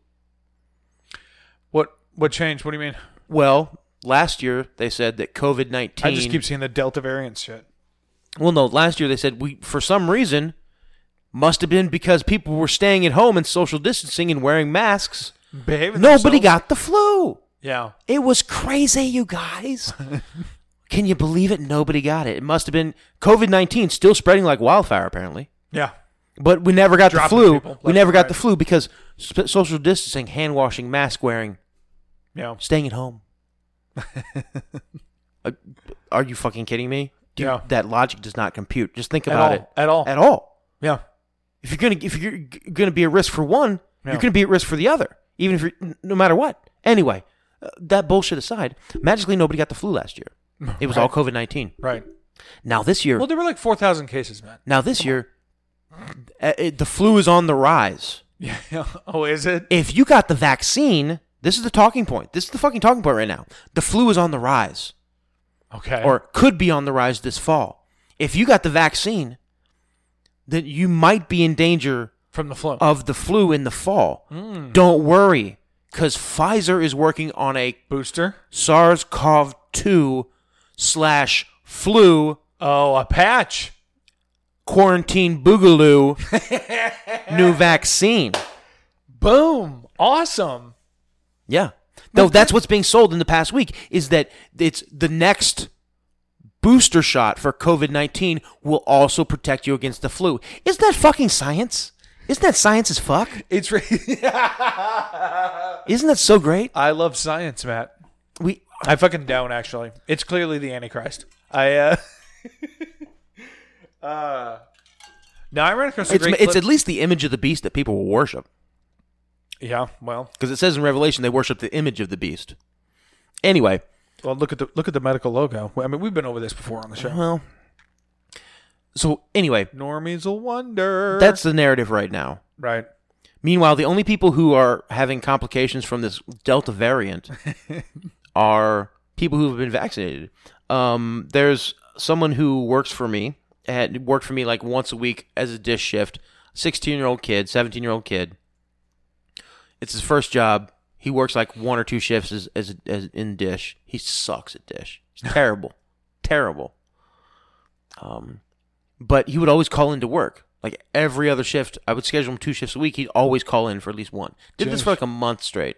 Speaker 3: What what changed? What do you mean?
Speaker 2: Well, last year they said that COVID nineteen.
Speaker 3: I just keep seeing the Delta variant shit.
Speaker 2: Well, no, last year they said we for some reason must have been because people were staying at home and social distancing and wearing masks.
Speaker 3: Behaving
Speaker 2: Nobody
Speaker 3: themselves.
Speaker 2: got the flu.
Speaker 3: Yeah.
Speaker 2: It was crazy, you guys. Can you believe it? Nobody got it. It must have been COVID nineteen still spreading like wildfire, apparently.
Speaker 3: Yeah.
Speaker 2: But we never got
Speaker 3: Dropping
Speaker 2: the flu.
Speaker 3: people
Speaker 2: we
Speaker 3: left
Speaker 2: never
Speaker 3: and
Speaker 2: got
Speaker 3: right.
Speaker 2: the flu because sp- social distancing, hand washing, mask wearing,
Speaker 3: Yeah.
Speaker 2: staying at home. Uh, Are you fucking kidding me? Dude,
Speaker 3: Yeah.
Speaker 2: That logic does not compute. Just think
Speaker 3: At
Speaker 2: about
Speaker 3: all.
Speaker 2: it.
Speaker 3: At all.
Speaker 2: At all.
Speaker 3: Yeah.
Speaker 2: if you're gonna if you're g- gonna be at risk for one,
Speaker 3: Yeah.
Speaker 2: you're gonna be at risk for the other, even if you're n- no matter what. Anyway, uh, that bullshit aside, magically nobody got the flu last year. It was all COVID nineteen.
Speaker 3: Right.
Speaker 2: Now this year,
Speaker 3: Well, there were like 4,000 cases, man.
Speaker 2: now this year, uh, it, the flu is on the rise.
Speaker 3: Yeah. Oh, is it?
Speaker 2: If you got the vaccine, this is the talking point. This is the fucking talking point right now. The flu is on the rise,
Speaker 3: Okay.
Speaker 2: or could be on the rise this fall. If you got the vaccine, then you might be in danger
Speaker 3: from the flu.
Speaker 2: of the flu in the fall.
Speaker 3: Hmm.
Speaker 2: Don't worry, because Pfizer is working on a
Speaker 3: Booster.
Speaker 2: SARS-CoV-2 slash flu
Speaker 3: Oh, a patch.
Speaker 2: quarantine boogaloo new vaccine.
Speaker 3: Boom. Awesome.
Speaker 2: Yeah, no, that's what's being sold in the past week is that it's the next booster shot for COVID nineteen will also protect you against the flu. Isn't that fucking science? Isn't that science as fuck?
Speaker 3: It's. Re-
Speaker 2: Isn't that so great?
Speaker 3: I love science, Matt.
Speaker 2: We
Speaker 3: I fucking don't actually. It's clearly the Antichrist. I. uh... uh no, I ran across a
Speaker 2: it's,
Speaker 3: great
Speaker 2: it's
Speaker 3: clip-
Speaker 2: at least the image of the beast that people will worship.
Speaker 3: yeah, well,
Speaker 2: because it says in Revelation they worship the image of the beast. Anyway,
Speaker 3: well, look at the look at the medical logo. I mean, we've been over this before on the show.
Speaker 2: well, so anyway,
Speaker 3: Normies will wonder.
Speaker 2: that's the narrative right now.
Speaker 3: right.
Speaker 2: Meanwhile, the only people who are having complications from this Delta variant are people who have been vaccinated. Um, there's someone who works for me had worked for me like once a week as a dish shift. Sixteen year old kid, seventeen year old kid. It's his first job. He works like one or two shifts as as, as in dish. He sucks at dish. He's terrible, terrible. Um, but he would always call in to work. Like every other shift, I would schedule him two shifts a week. He'd always call in for at least one. Did this for like a month straight.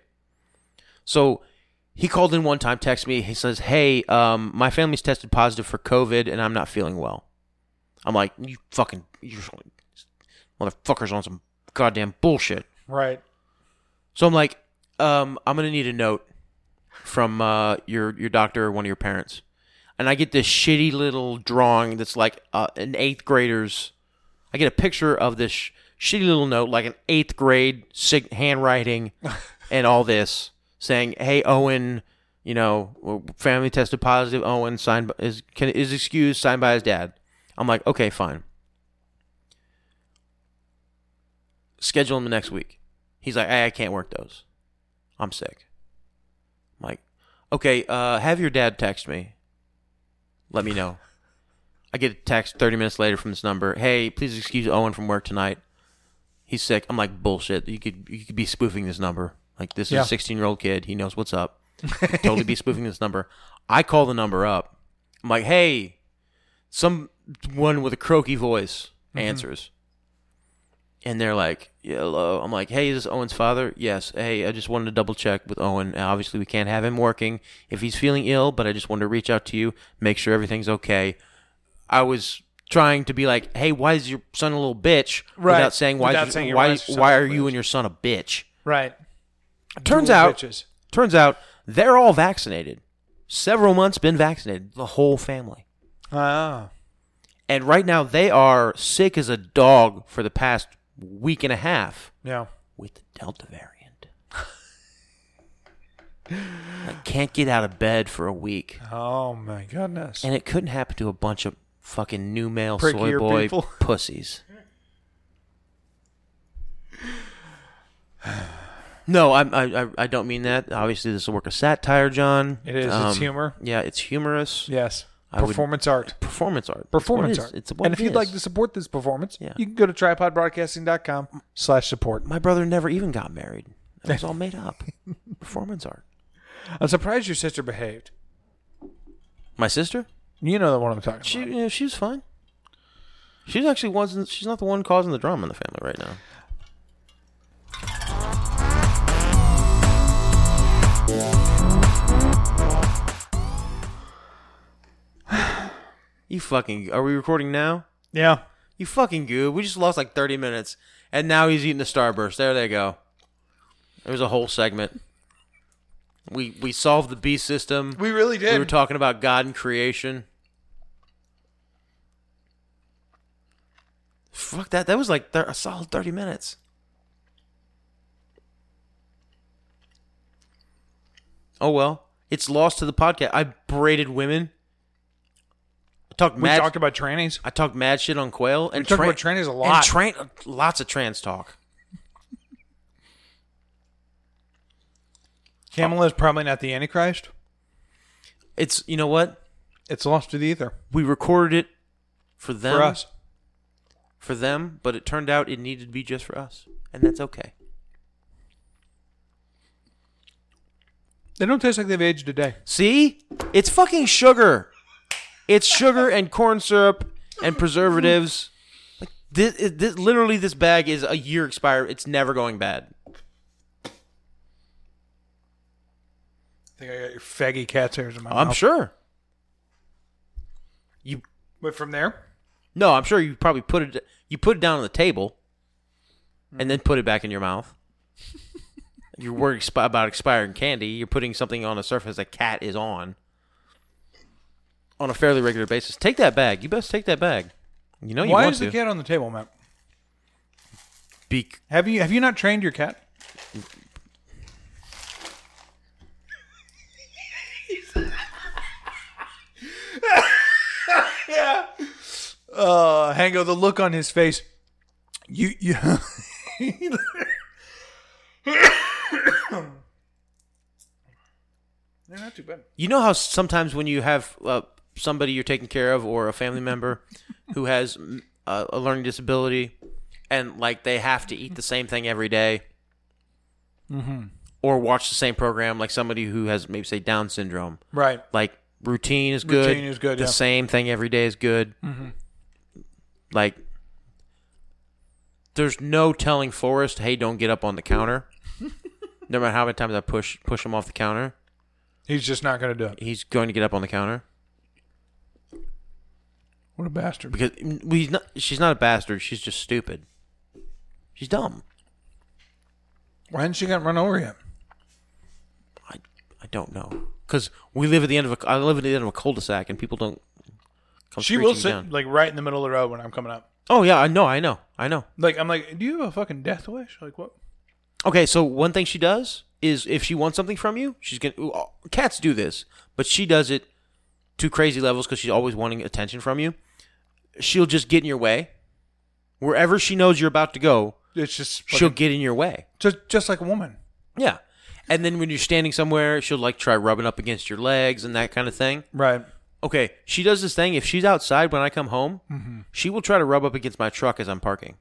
Speaker 2: So he called in one time, texted me. He says, "Hey, um, my family's tested positive for COVID, and I'm not feeling well." I'm like, "You fucking, you motherfuckers on some goddamn bullshit."
Speaker 3: Right.
Speaker 2: So I'm like, um, I'm gonna need a note from uh, your your doctor or one of your parents, and I get this shitty little drawing that's like uh, an eighth grader's. I get a picture of this sh- shitty little note, like an eighth grade sig- handwriting, and all this saying, "Hey Owen, you know, family tested positive. Owen signed by, is can, is excused, signed by his dad." I'm like, okay, fine. Schedule him next week. He's like, hey, I can't work those. I'm sick. I'm like, okay, uh, have your dad text me. Let me know. I get a text 30 minutes later from this number. Hey, please excuse Owen from work tonight. He's sick. I'm like, bullshit. You could you could be spoofing this number. Like this is
Speaker 3: Yeah.
Speaker 2: a 16 year old kid. He knows what's up. Could totally be spoofing this number. I call the number up. I'm like, hey, someone with a croaky voice
Speaker 3: Mm-hmm.
Speaker 2: answers. And they're like, yeah, hello. I'm like, hey, is this Owen's father? Yes. Hey, I just wanted to double check with Owen. Uh, Obviously, we can't have him working if he's feeling ill, but I just wanted to reach out to you, make sure everything's okay. I was trying to be like, hey, why is your son a little bitch?
Speaker 3: Right.
Speaker 2: Without saying, why, is
Speaker 3: Without
Speaker 2: your-
Speaker 3: saying,
Speaker 2: why,
Speaker 3: why
Speaker 2: why,
Speaker 3: is your son a
Speaker 2: are
Speaker 3: little
Speaker 2: you
Speaker 3: bitch?
Speaker 2: and your son a bitch?
Speaker 3: Right.
Speaker 2: Turns
Speaker 3: Dual
Speaker 2: out,
Speaker 3: bitches.
Speaker 2: turns out they're all vaccinated. Several months been vaccinated, the whole family.
Speaker 3: Ah.
Speaker 2: And right now they are sick as a dog for the past week and a half
Speaker 3: Yeah.
Speaker 2: with the Delta variant. I can't get out of bed for a week.
Speaker 3: Oh my goodness.
Speaker 2: And it couldn't happen to a bunch of fucking new male soy
Speaker 3: Prickier
Speaker 2: boy
Speaker 3: people.
Speaker 2: pussies. No, I, I I- I don't mean that. Obviously, this is a work of satire, John. Um,
Speaker 3: It is. It's humor.
Speaker 2: Yeah, it's humorous.
Speaker 3: yes.
Speaker 2: I would-
Speaker 3: Performance art.
Speaker 2: Performance art. It's what
Speaker 3: Performance
Speaker 2: it is.
Speaker 3: art.
Speaker 2: It's what
Speaker 3: and
Speaker 2: it
Speaker 3: if you'd
Speaker 2: is.
Speaker 3: like to support this performance,
Speaker 2: Yeah.
Speaker 3: you can go to tripodbroadcasting.com slash support.
Speaker 2: my brother never even got married. It was all made up. Performance art.
Speaker 3: I'm surprised your sister behaved.
Speaker 2: My sister,
Speaker 3: You know the one I'm talking
Speaker 2: she
Speaker 3: about.
Speaker 2: you know, she was fine. She's actually wasn't. She's not the one causing the drama in the family right now. You fucking. Are we recording now?
Speaker 3: Yeah.
Speaker 2: You fucking goob. We just lost like 30 minutes. And now he's eating the Starburst. There they go. There was a whole segment. We we solved the B system.
Speaker 3: We really did.
Speaker 2: We were talking about God and creation. Fuck that. That was like thir- a solid 30 minutes. Oh well. It's lost to the podcast. I braided women. I talked
Speaker 3: we
Speaker 2: mad
Speaker 3: talked about trannies.
Speaker 2: I talked mad shit on Quail and
Speaker 3: talked
Speaker 2: tran-
Speaker 3: about trannies a lot.
Speaker 2: And tran- lots of trans talk.
Speaker 3: Kamala is probably not the Antichrist.
Speaker 2: It's you know what
Speaker 3: It's lost to the ether
Speaker 2: we recorded it for them
Speaker 3: for us.
Speaker 2: for them, but it turned out it needed to be just for us, and that's okay.
Speaker 3: They don't taste like they've aged a day.
Speaker 2: See, it's fucking sugar. It's sugar and corn syrup and preservatives. Like this, this literally this bag is a year expired. It's never going bad.
Speaker 3: I think I got your faggy cat's hairs in my
Speaker 2: I'm
Speaker 3: mouth.
Speaker 2: sure. You
Speaker 3: But from there,
Speaker 2: No, I'm sure you probably put it you put it down on the table and
Speaker 3: Mm-hmm.
Speaker 2: then put it back in your mouth. You're worried expi- about expiring candy. You're putting something on a surface a cat is on on a fairly regular basis. Take that bag. You best take that bag. You know you
Speaker 3: why
Speaker 2: want
Speaker 3: is
Speaker 2: to.
Speaker 3: the cat on the table, Matt?
Speaker 2: Be-
Speaker 3: Have you have you not trained your cat? yeah. Uh, Hango, the look on his face. You you. They're not too bad.
Speaker 2: you know how sometimes when you have uh, somebody you're taking care of or a family member who has mm, a, a learning disability and like they have to eat the same thing every day
Speaker 3: Mm-hmm.
Speaker 2: or watch the same program like somebody who has maybe say down syndrome
Speaker 3: Right.
Speaker 2: like routine is good
Speaker 3: Routine is good,
Speaker 2: the
Speaker 3: yeah. Mm-hmm.
Speaker 2: same thing every day is good like there's no telling forrest hey don't get up on the counter no matter how many times i push push him off the counter
Speaker 3: He's just not going to do it.
Speaker 2: he's going to get up on the counter
Speaker 3: What a bastard.
Speaker 2: because mm, he's not, she's not a bastard. She's just stupid. She's dumb.
Speaker 3: Why hasn't she gotten run over yet?
Speaker 2: I, I don't know because we live at the end of a I live at the end of a cul-de-sac and people don't come.
Speaker 3: She will
Speaker 2: screeching
Speaker 3: sit
Speaker 2: down.
Speaker 3: like right in the middle of the road when I'm coming up.
Speaker 2: Oh yeah, I know, I know, I know.
Speaker 3: Like I'm like, do you have a fucking death wish? Like what?
Speaker 2: Okay, so one thing she does is if she wants something from you, she's gonna. ooh, oh, Cats do this, but she does it to crazy levels because she's always wanting attention from you. she'll just get in your way. Wherever she knows you're about to go,
Speaker 3: It's just
Speaker 2: she'll
Speaker 3: fucking,
Speaker 2: get in your way.
Speaker 3: just just like a woman.
Speaker 2: Yeah. And then when you're standing somewhere, she'll like try rubbing up against your legs and that kind of thing.
Speaker 3: Right.
Speaker 2: Okay, she does this thing. If she's outside when I come home,
Speaker 3: Mm-hmm.
Speaker 2: she will try to rub up against my truck as I'm parking.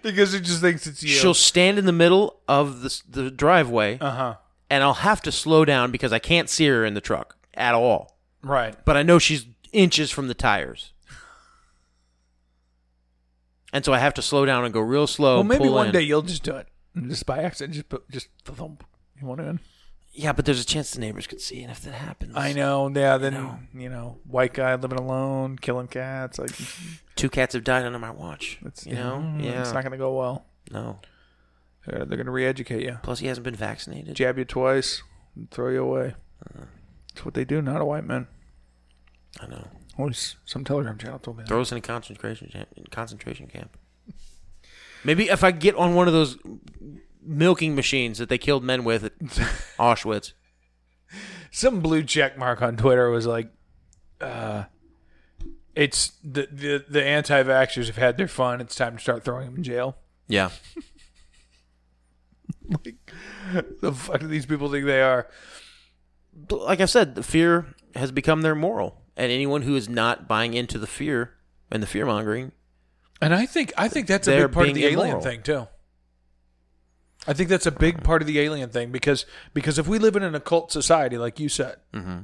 Speaker 3: Because it just thinks it's you.
Speaker 2: She'll stand in the middle of the, s- the driveway,
Speaker 3: uh huh.
Speaker 2: and I'll have to slow down because I can't see her in the truck at all.
Speaker 3: Right.
Speaker 2: But I know she's inches from the tires. And so I have to slow down and go real slow.
Speaker 3: well,
Speaker 2: and
Speaker 3: maybe
Speaker 2: Oh, pull
Speaker 3: one
Speaker 2: in.
Speaker 3: day you'll just do it, just by accident. Just put just the thump. You want in?
Speaker 2: Yeah, but there's a chance the neighbors could see, and if that happens,
Speaker 3: I know. Yeah. Then you know, white guy living alone, killing cats. Like
Speaker 2: two cats have died under my watch.
Speaker 3: it's mm,
Speaker 2: you know, yeah,
Speaker 3: it's not gonna go well.
Speaker 2: no.
Speaker 3: They're, they're gonna re-educate you,
Speaker 2: Plus, he hasn't been vaccinated.
Speaker 3: jab you twice, and throw you away.
Speaker 2: Uh.
Speaker 3: That's what they do. Not a white man.
Speaker 2: I know.
Speaker 3: Only s- some Telegram channel told me. That.
Speaker 2: Throw us in a concentration camp. Concentration camp. Maybe if I get on one of those milking machines that they killed men with at Auschwitz.
Speaker 3: some blue check mark on Twitter was like, uh, "It's the the, the anti vaxxers have had their fun. It's time to start throwing them in jail."
Speaker 2: Yeah.
Speaker 3: The fuck do these people think they are?
Speaker 2: Like I said, the fear has become their moral, and anyone who is not buying into the fear and the fear mongering,
Speaker 3: And I think I think that's a
Speaker 2: They're
Speaker 3: big part of
Speaker 2: being
Speaker 3: the alien
Speaker 2: immoral.
Speaker 3: thing too. I think that's a big part of the alien thing because because if we live in an occult society like you said,
Speaker 2: Mm-hmm.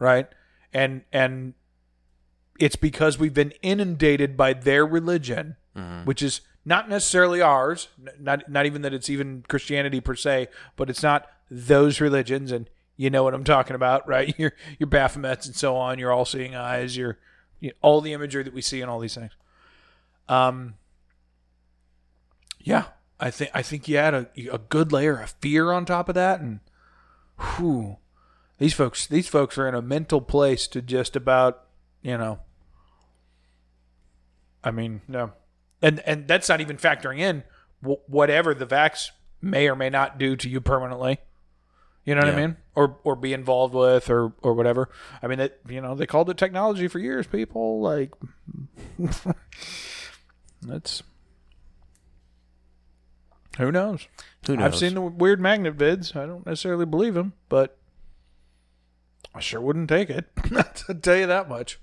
Speaker 3: right, and and it's because we've been inundated by their religion,
Speaker 2: Mm-hmm.
Speaker 3: which is not necessarily ours. n- Not not even that it's even Christianity per se, but it's not those religions, and you know what I'm talking about, right? Your your Baphomets and so on, your all seeing eyes, your you all the imagery that we see and all these things. Um. Yeah, I think I think you add a a good layer of fear on top of that, and whew, these folks these folks are in a mental place to just about you know. I mean, no, and and that's not even factoring in w- whatever the vax may or may not do to you permanently. You know what I
Speaker 2: Yeah.
Speaker 3: mean, or or be involved with, or or whatever. I mean, that you know they called it technology for years. People like that's who knows.
Speaker 2: who knows?
Speaker 3: I've seen the weird magnet vids. I don't necessarily believe them, but I sure wouldn't take it. to tell you that much.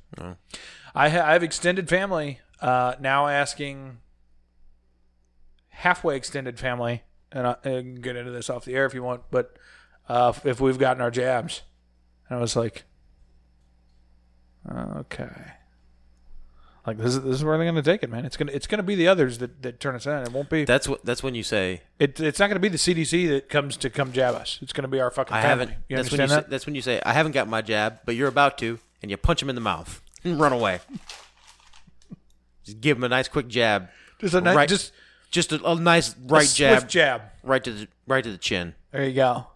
Speaker 3: I, ha- I have extended family uh, now asking halfway extended family, and I, I can get into this off the air if you want, but uh, if- if we've gotten our jabs, and I was like, okay. Like this is this is where they're gonna take it, man. It's gonna it's gonna be the others that, that turn us in. It won't be
Speaker 2: That's what. That's when you say
Speaker 3: it, it's not going to be the CDC that comes to come jab us. It's going to be our fucking.
Speaker 2: I
Speaker 3: family.
Speaker 2: haven't.
Speaker 3: You
Speaker 2: that's when you
Speaker 3: understand
Speaker 2: say.
Speaker 3: that?
Speaker 2: That's when you say I haven't got my jab, but you're about to, and you punch him in the mouth and run away. just give him a nice quick jab,
Speaker 3: Just a nice,
Speaker 2: right-
Speaker 3: just
Speaker 2: just a, a nice
Speaker 3: a
Speaker 2: right jab,
Speaker 3: swift jab.
Speaker 2: right to the right to the chin.
Speaker 3: There you go.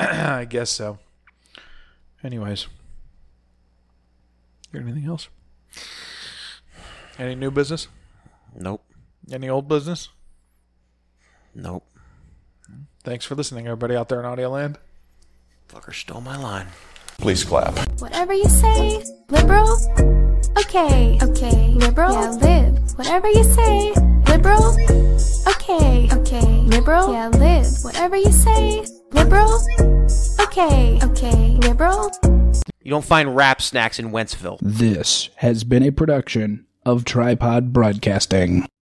Speaker 3: I guess so. Anyways, got anything else? Any new business?
Speaker 2: Nope,
Speaker 3: Any old business?
Speaker 2: nope.
Speaker 3: Thanks for listening, everybody out there in Audio Land.
Speaker 2: Fucker stole my line.
Speaker 5: Whatever you say, liberal. Okay, okay, liberal. Yeah, live. Whatever you say, liberal. Okay, okay, liberal. Yeah, live. Whatever you say, liberal. Okay, okay, liberal.
Speaker 2: You don't find wrap snacks in Wentzville.
Speaker 1: This has been a production of Tripod Broadcasting.